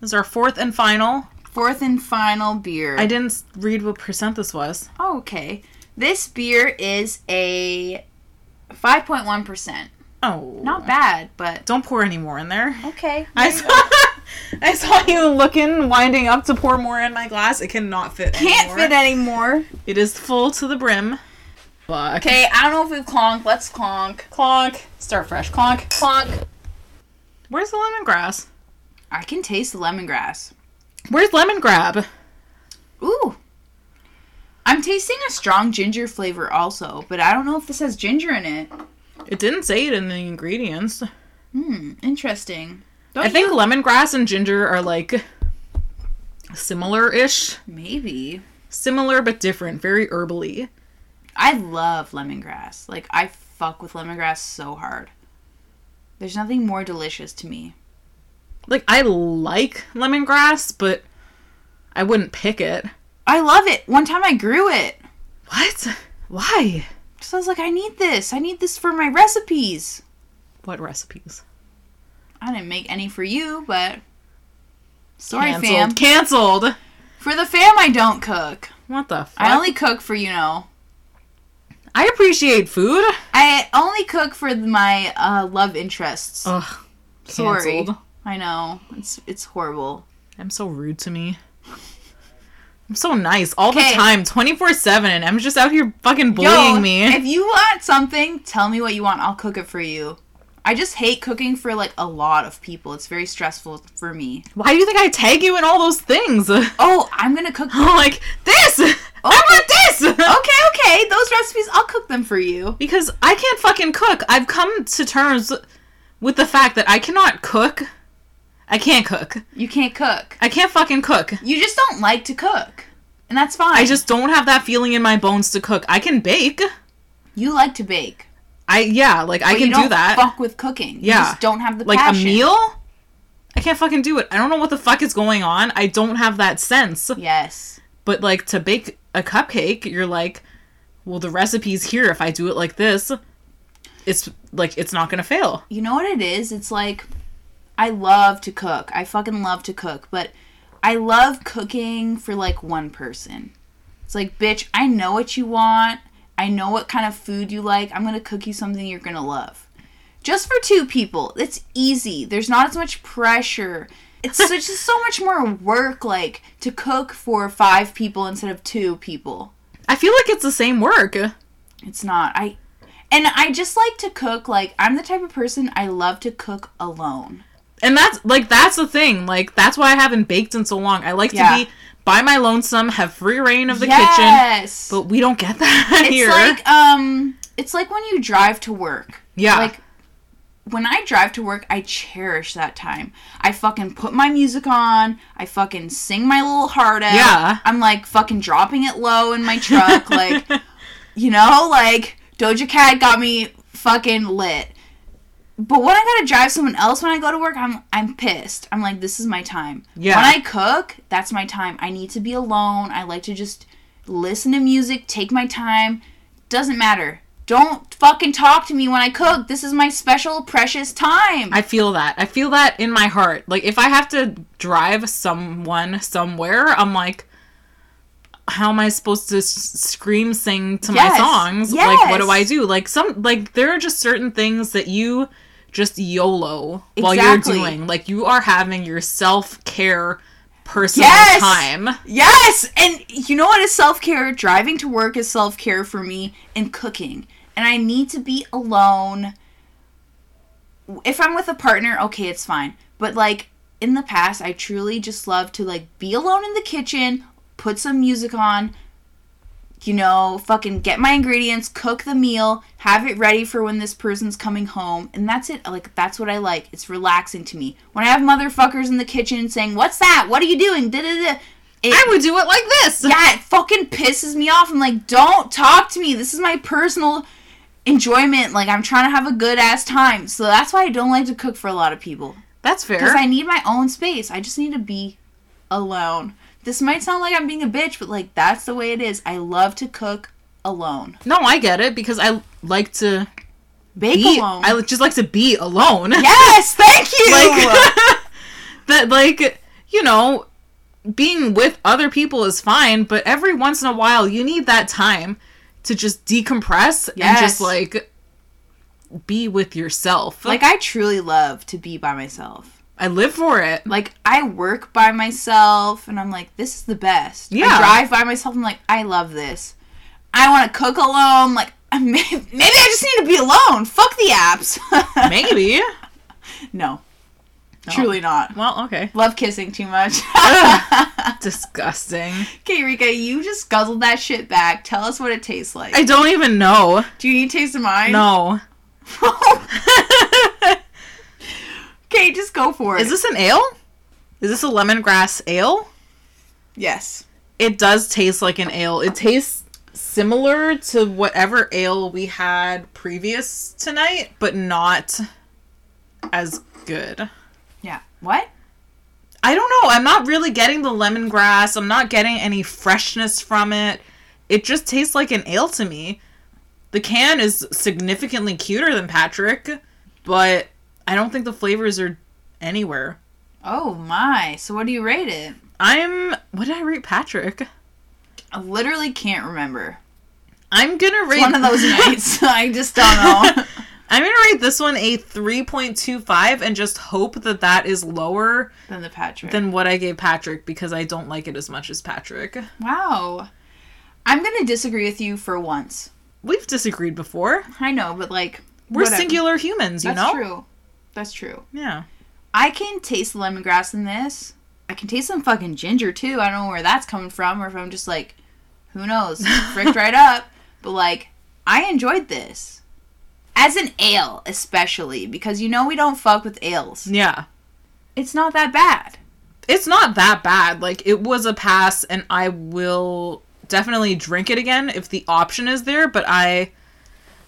Speaker 2: This is our fourth and final.
Speaker 1: Fourth and final beer.
Speaker 2: I didn't s- read what percent this was.
Speaker 1: Oh, okay. This beer is a 5.1%.
Speaker 2: Oh.
Speaker 1: Not bad, but
Speaker 2: Don't pour any more in there.
Speaker 1: okay.
Speaker 2: I saw, (laughs) I saw you looking, winding up to pour more in my glass. It cannot fit.
Speaker 1: Can't fit anymore.
Speaker 2: It is full to the brim. Fuck.
Speaker 1: Okay, I don't know if we've clonked. Let's clonk.
Speaker 2: Clonk. Start fresh. Clonk. Clonk. Where's the lemongrass?
Speaker 1: I can taste the lemongrass.
Speaker 2: Where's lemon grab?
Speaker 1: Ooh. I'm tasting a strong ginger flavor also, but I don't know if this has ginger in it.
Speaker 2: It didn't say it in the ingredients.
Speaker 1: Hmm, interesting.
Speaker 2: I think lemongrass and ginger are like similar-ish,
Speaker 1: Maybe.
Speaker 2: similar but different, very herbally.
Speaker 1: I love lemongrass. Like I fuck with lemongrass so hard. There's nothing more delicious to me.
Speaker 2: Like I like lemongrass, but I wouldn't pick it.
Speaker 1: I love it. One time I grew it.
Speaker 2: What? Why?
Speaker 1: So I was like, I need this. I need this for my recipes.
Speaker 2: What recipes?
Speaker 1: I didn't make any for you, but sorry, fam.
Speaker 2: Canceled. Canceled.
Speaker 1: For the fam, I don't cook.
Speaker 2: What the fuck?
Speaker 1: I only cook for you know.
Speaker 2: I appreciate food.
Speaker 1: I only cook for my uh, love interests.
Speaker 2: Ugh.
Speaker 1: Sorry.
Speaker 2: Oh, Canceled.
Speaker 1: I know it's it's horrible.
Speaker 2: I'm so rude to me. I'm so nice all
Speaker 1: Okay.
Speaker 2: the time, 24 7, and I'm just out here fucking bullying
Speaker 1: Yo,
Speaker 2: me.
Speaker 1: If you want something, tell me what you want. I'll cook it for you. I just hate cooking for like a lot of people. It's very stressful for me.
Speaker 2: Why do you think I tag you in all those things? (laughs)
Speaker 1: Oh, I'm gonna cook.
Speaker 2: I'm like, this! (laughs) I want this! (laughs)
Speaker 1: okay, okay. Those recipes, I'll cook them for you.
Speaker 2: Because I can't fucking cook. I've come to terms with the fact that I cannot cook. I can't cook.
Speaker 1: You can't cook.
Speaker 2: I can't fucking cook.
Speaker 1: You just don't like to cook, and that's fine.
Speaker 2: I just don't have that feeling in my bones to cook. I can bake.
Speaker 1: you like to bake.
Speaker 2: I yeah, like I
Speaker 1: but
Speaker 2: can
Speaker 1: you don't
Speaker 2: do that.
Speaker 1: Fuck with cooking. You
Speaker 2: Yeah.
Speaker 1: just don't have the
Speaker 2: like
Speaker 1: passion.
Speaker 2: a meal? I can't fucking do it. I don't know what the fuck is going on. I don't have that sense.
Speaker 1: Yes.
Speaker 2: But like to bake a cupcake, you're like, well, the recipe's here. If I do it like this, it's like it's not gonna fail.
Speaker 1: You know what it is? It's like I love to cook. I fucking love to cook, but I love cooking for like one person. It's like, bitch, I know what you want. I know what kind of food you like. I'm going to cook you something you're going to love. Just for two people, it's easy. There's not as much pressure. It's so- it's just so much more work like to cook for five people instead of two people.
Speaker 2: I feel like it's the same work.
Speaker 1: It's not. I and I just like to cook like I'm the type of person I love to cook alone.
Speaker 2: And that's like that's the thing. Like that's why I haven't baked in so long. I like
Speaker 1: Yeah.
Speaker 2: to be by my lonesome, have free reign of the kitchen.
Speaker 1: yes.
Speaker 2: But we don't get (laughs) that
Speaker 1: it's
Speaker 2: here.
Speaker 1: like um it's like when you drive to work
Speaker 2: yeah.
Speaker 1: like when I drive to work, I cherish that time. I fucking put my music on. I fucking sing my little heart out.
Speaker 2: Yeah.
Speaker 1: I'm like fucking dropping it low in my truck.
Speaker 2: (laughs)
Speaker 1: like, you know, like Doja Cat got me fucking lit. But when I gotta drive someone else when I go to work, I'm I'm pissed. I'm like, this is my time.
Speaker 2: Yeah.
Speaker 1: When I cook, that's my time. I need to be alone. I like to just listen to music, take my time. Doesn't matter. Don't fucking talk to me when I cook. This is my special, precious time.
Speaker 2: I feel that. I feel that in my heart. Like if I have to drive someone somewhere, I'm like how am I supposed to s- scream sing to
Speaker 1: Yes.
Speaker 2: my songs? Like what do I
Speaker 1: Yes.
Speaker 2: do? Like some like there are just certain things that you just YOLO while
Speaker 1: Exactly.
Speaker 2: you're doing. Like you are having your self-care personal
Speaker 1: Yes.
Speaker 2: time.
Speaker 1: yes! And you know what is self care? Driving to work is self care for me and cooking. And I need to be alone. If I'm with a partner, okay, it's fine. But like in the past, I truly just love to like be alone in the kitchen, put some music on, you know, fucking get my ingredients, cook the meal, have it ready for when this person's coming home, and that's it. Like that's what I like. It's relaxing to me. When I have motherfuckers in the kitchen saying, "What's that? What are you doing?" Da da da. It,
Speaker 2: I would do it like this.
Speaker 1: yeah, it fucking pisses me off. I'm like, don't talk to me. This is my personal enjoyment. Like I'm trying to have a good ass time. So that's why I don't like to cook for a lot of people
Speaker 2: That's fair.
Speaker 1: because I need my own space. I just need to be alone. This might sound like I'm being a bitch, but like that's the way it is. I love to cook alone.
Speaker 2: no, I get it because I like to
Speaker 1: Bake
Speaker 2: be
Speaker 1: alone.
Speaker 2: I just like to be alone. (laughs)
Speaker 1: yes, thank you.
Speaker 2: like (laughs) that like you know being with other people is fine but every once in a while you need that time to just decompress and
Speaker 1: Yes.
Speaker 2: just like be with yourself
Speaker 1: (laughs) like I truly love to be by myself.
Speaker 2: i live for it
Speaker 1: Like I work by myself and I'm like this is the best. I
Speaker 2: Yeah.
Speaker 1: drive by myself I'm like I love this. I want to cook alone like (laughs) maybe I just need to be alone. Fuck the apps.
Speaker 2: (laughs) (laughs) maybe
Speaker 1: (laughs) no. Truly not.
Speaker 2: well okay
Speaker 1: Love kissing too much.
Speaker 2: disgusting
Speaker 1: (laughs) Okay, Rika, you just guzzled that shit back. Tell us what it tastes like.
Speaker 2: i don't even know
Speaker 1: Do you need a taste of mine?
Speaker 2: (laughs) no
Speaker 1: (laughs) okay, just go for it.
Speaker 2: is this an ale is this a lemongrass ale
Speaker 1: yes.
Speaker 2: it does taste like an ale. It tastes similar to whatever ale we had previous tonight, but not as good.
Speaker 1: Yeah. What?
Speaker 2: I don't know. I'm not really getting the lemongrass. I'm not getting any freshness from it. It just tastes like an ale to me. The can is significantly cuter than Patrick, but I don't think the flavors are anywhere.
Speaker 1: Oh my. So what do you rate it?
Speaker 2: I'm what did I rate Patrick?
Speaker 1: I literally can't remember.
Speaker 2: I'm gonna rate
Speaker 1: It's one of
Speaker 2: (laughs)
Speaker 1: those nights. (laughs) I just don't know.
Speaker 2: I'm gonna rate this one a 3.25 and just hope that that is lower
Speaker 1: than the Patrick.
Speaker 2: (laughs) than what I gave Patrick because I don't like it as much as Patrick.
Speaker 1: wow. I'm gonna disagree with you for once.
Speaker 2: We've disagreed before.
Speaker 1: I know, but like
Speaker 2: We're
Speaker 1: whatever.
Speaker 2: singular humans, you
Speaker 1: That's
Speaker 2: know?
Speaker 1: true. That's true.
Speaker 2: Yeah.
Speaker 1: I can taste the lemongrass in this. I can taste some fucking ginger too. I don't know where that's coming from or if I'm just like, who
Speaker 2: (laughs)
Speaker 1: knows, fricked right up. But like, I enjoyed this. As an ale, especially, because you know we don't fuck with ales.
Speaker 2: Yeah.
Speaker 1: It's not that bad.
Speaker 2: It's not that bad. Like it was a pass and I will definitely drink it again if the option is there, but I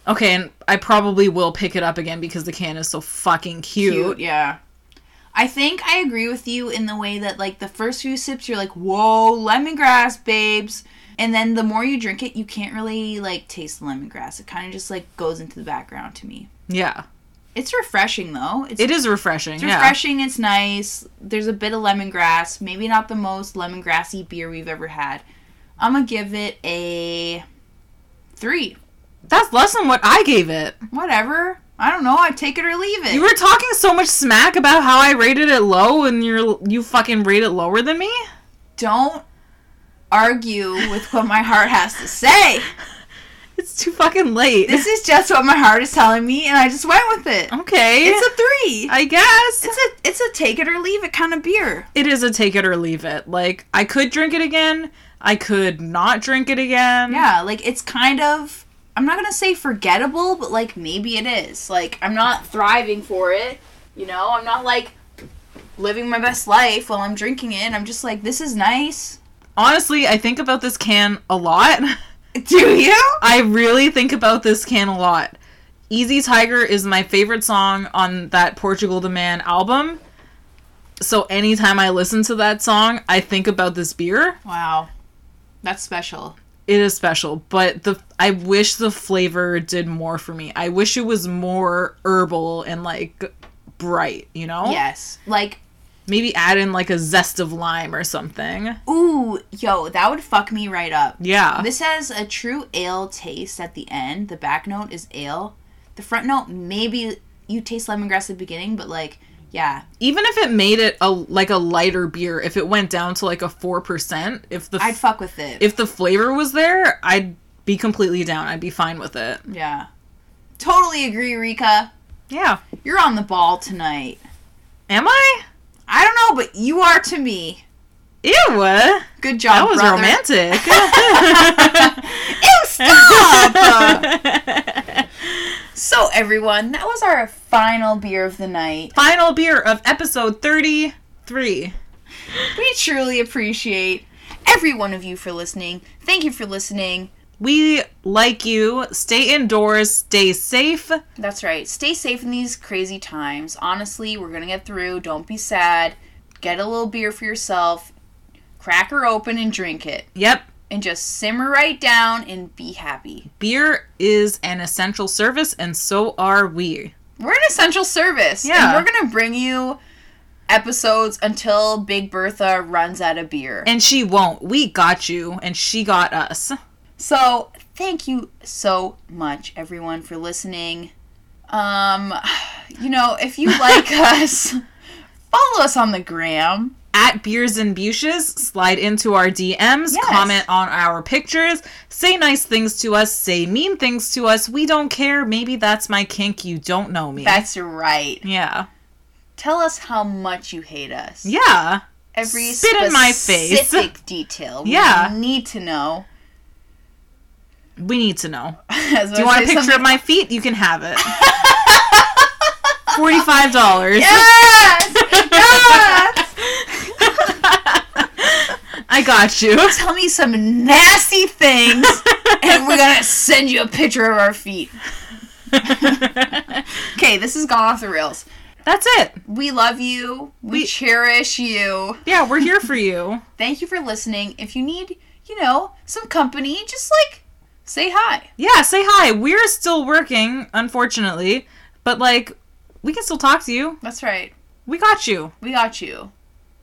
Speaker 2: Okay, and I probably will pick it up again because the can is so fucking cute.
Speaker 1: yeah. I think I agree with you in the way that like the first few sips you're like, whoa, lemongrass, babes. And then the more you drink it, you can't really like taste the lemongrass. It kind of just like goes into the background to me.
Speaker 2: Yeah.
Speaker 1: It's refreshing though. It's,
Speaker 2: It is refreshing.
Speaker 1: it's
Speaker 2: yeah.
Speaker 1: refreshing. It's nice. There's a bit of lemongrass. Maybe not the most lemongrassy beer we've ever had. I'm gonna give it a three.
Speaker 2: That's less than what I gave it.
Speaker 1: Whatever. I don't know. I take it or leave it.
Speaker 2: You were talking so much smack about how I rated it low and you're you fucking rate it lower than me?
Speaker 1: don't argue with what my heart has to say.
Speaker 2: It's too fucking late.
Speaker 1: This is just what my heart is telling me, and I just went with it.
Speaker 2: (laughs) okay.
Speaker 1: It's a three.
Speaker 2: I guess.
Speaker 1: It's a it's a take it or leave it kind of beer.
Speaker 2: it is a take it or leave it. Like I could drink it again. I could not drink it again.
Speaker 1: Yeah, like it's kind of I'm not gonna say forgettable, but like maybe it is. Like I'm not thriving for it. You know, I'm not like living my best life while I'm drinking it. I'm just like this is nice. (laughs)
Speaker 2: Honestly, I think about this can a lot. (laughs)
Speaker 1: Do you?
Speaker 2: I really think about this can a lot. Easy Tiger is my favorite song on that Portugal the Man album. So anytime I listen to that song, I think about this beer.
Speaker 1: Wow, that's special.
Speaker 2: It is special, but the I wish the flavor did more for me. I wish it was more herbal and like bright, you know?
Speaker 1: Yes, Oh. like
Speaker 2: Maybe add in like a zest of lime or something.
Speaker 1: ooh, yo, that would fuck me right up.
Speaker 2: Yeah.
Speaker 1: This has a true ale taste at the end. The back note is ale. The front note maybe you taste lemongrass at the beginning, but like yeah,
Speaker 2: Even if it made it a like a lighter beer, if it went down to like a 4%, if the
Speaker 1: I'd fuck with it.
Speaker 2: if the flavor was there, I'd be completely down. I'd be fine with it.
Speaker 1: yeah, totally agree, Rika.
Speaker 2: Yeah.
Speaker 1: You're on the ball tonight.
Speaker 2: Am I?
Speaker 1: I don't know, but you are to me.
Speaker 2: Ew. That
Speaker 1: Good job,
Speaker 2: was
Speaker 1: brother.
Speaker 2: romantic.
Speaker 1: (laughs) Ew, stop!
Speaker 2: (laughs)
Speaker 1: so everyone, that was our final beer of the night.
Speaker 2: Final beer of episode 33.
Speaker 1: We truly appreciate every one of you for listening. Thank you for listening.
Speaker 2: We like you. Stay indoors, stay safe.
Speaker 1: That's right. Stay safe in these crazy times. Honestly, we're going to get through. Don't be sad. Get a little beer for yourself. Crack her open and drink it.
Speaker 2: Yep.
Speaker 1: And just simmer right down and be happy.
Speaker 2: Beer is an essential service and so are we.
Speaker 1: We're an essential service.
Speaker 2: Yeah.
Speaker 1: And we're going to bring you episodes until Big Bertha runs out of beer.
Speaker 2: And she won't. We got you and she got us.
Speaker 1: So, thank you so much everyone for listening. Um, you know, if you like us, follow us on the gram.
Speaker 2: at Beers and Bushes, slide into our DMs,
Speaker 1: Yes.
Speaker 2: comment on our pictures, say nice things to us, say mean things to us. We don't care. Maybe that's my kink. You don't know me.
Speaker 1: That's right.
Speaker 2: yeah.
Speaker 1: Tell us how much you hate us.
Speaker 2: Yeah.
Speaker 1: Every
Speaker 2: Spit
Speaker 1: specific
Speaker 2: in my face. (laughs)
Speaker 1: detail.
Speaker 2: Yeah.
Speaker 1: We need to know. (laughs)
Speaker 2: We need to know.
Speaker 1: Do
Speaker 2: Do you want a picture of my feet? You can have
Speaker 1: (laughs)
Speaker 2: it. $45.
Speaker 1: Yes!
Speaker 2: (laughs)
Speaker 1: yes!
Speaker 2: I got you.
Speaker 1: Tell me some nasty
Speaker 2: (laughs)
Speaker 1: things, and we're gonna send you a picture of our feet. Okay, this has gone off the rails.
Speaker 2: That's it.
Speaker 1: We love you. We,
Speaker 2: We-
Speaker 1: cherish you.
Speaker 2: Yeah, we're here for you.
Speaker 1: Thank you for listening. If you need, you know, some company, just like say hi.
Speaker 2: Yeah, say hi. We're still working, unfortunately, but like, we can still talk to you.
Speaker 1: That's right.
Speaker 2: We got you.
Speaker 1: We got you.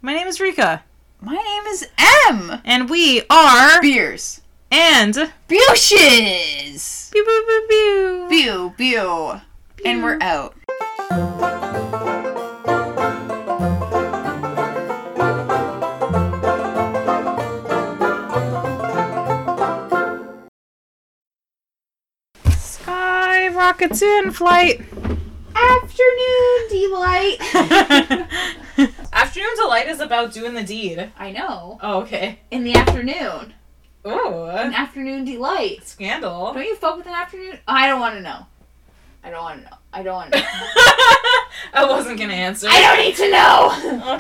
Speaker 2: My name is Rika.
Speaker 1: My name is M.
Speaker 2: And we are
Speaker 1: Beers.
Speaker 2: and pew
Speaker 1: Bushes.
Speaker 2: pew pew pew.
Speaker 1: Pew, pew. And we're out.
Speaker 2: Sky rockets in flight.
Speaker 1: Afternoon delight. (laughs)
Speaker 2: Afternoon delight is about doing the deed.
Speaker 1: I know.
Speaker 2: Oh, okay.
Speaker 1: In the afternoon.
Speaker 2: Oh,
Speaker 1: An afternoon delight.
Speaker 2: scandal.
Speaker 1: Don't you fuck with an afternoon? Oh, I don't want to know. (laughs) I don't want to know. I don't want to know.
Speaker 2: I wasn't gonna answer.
Speaker 1: I don't need to know.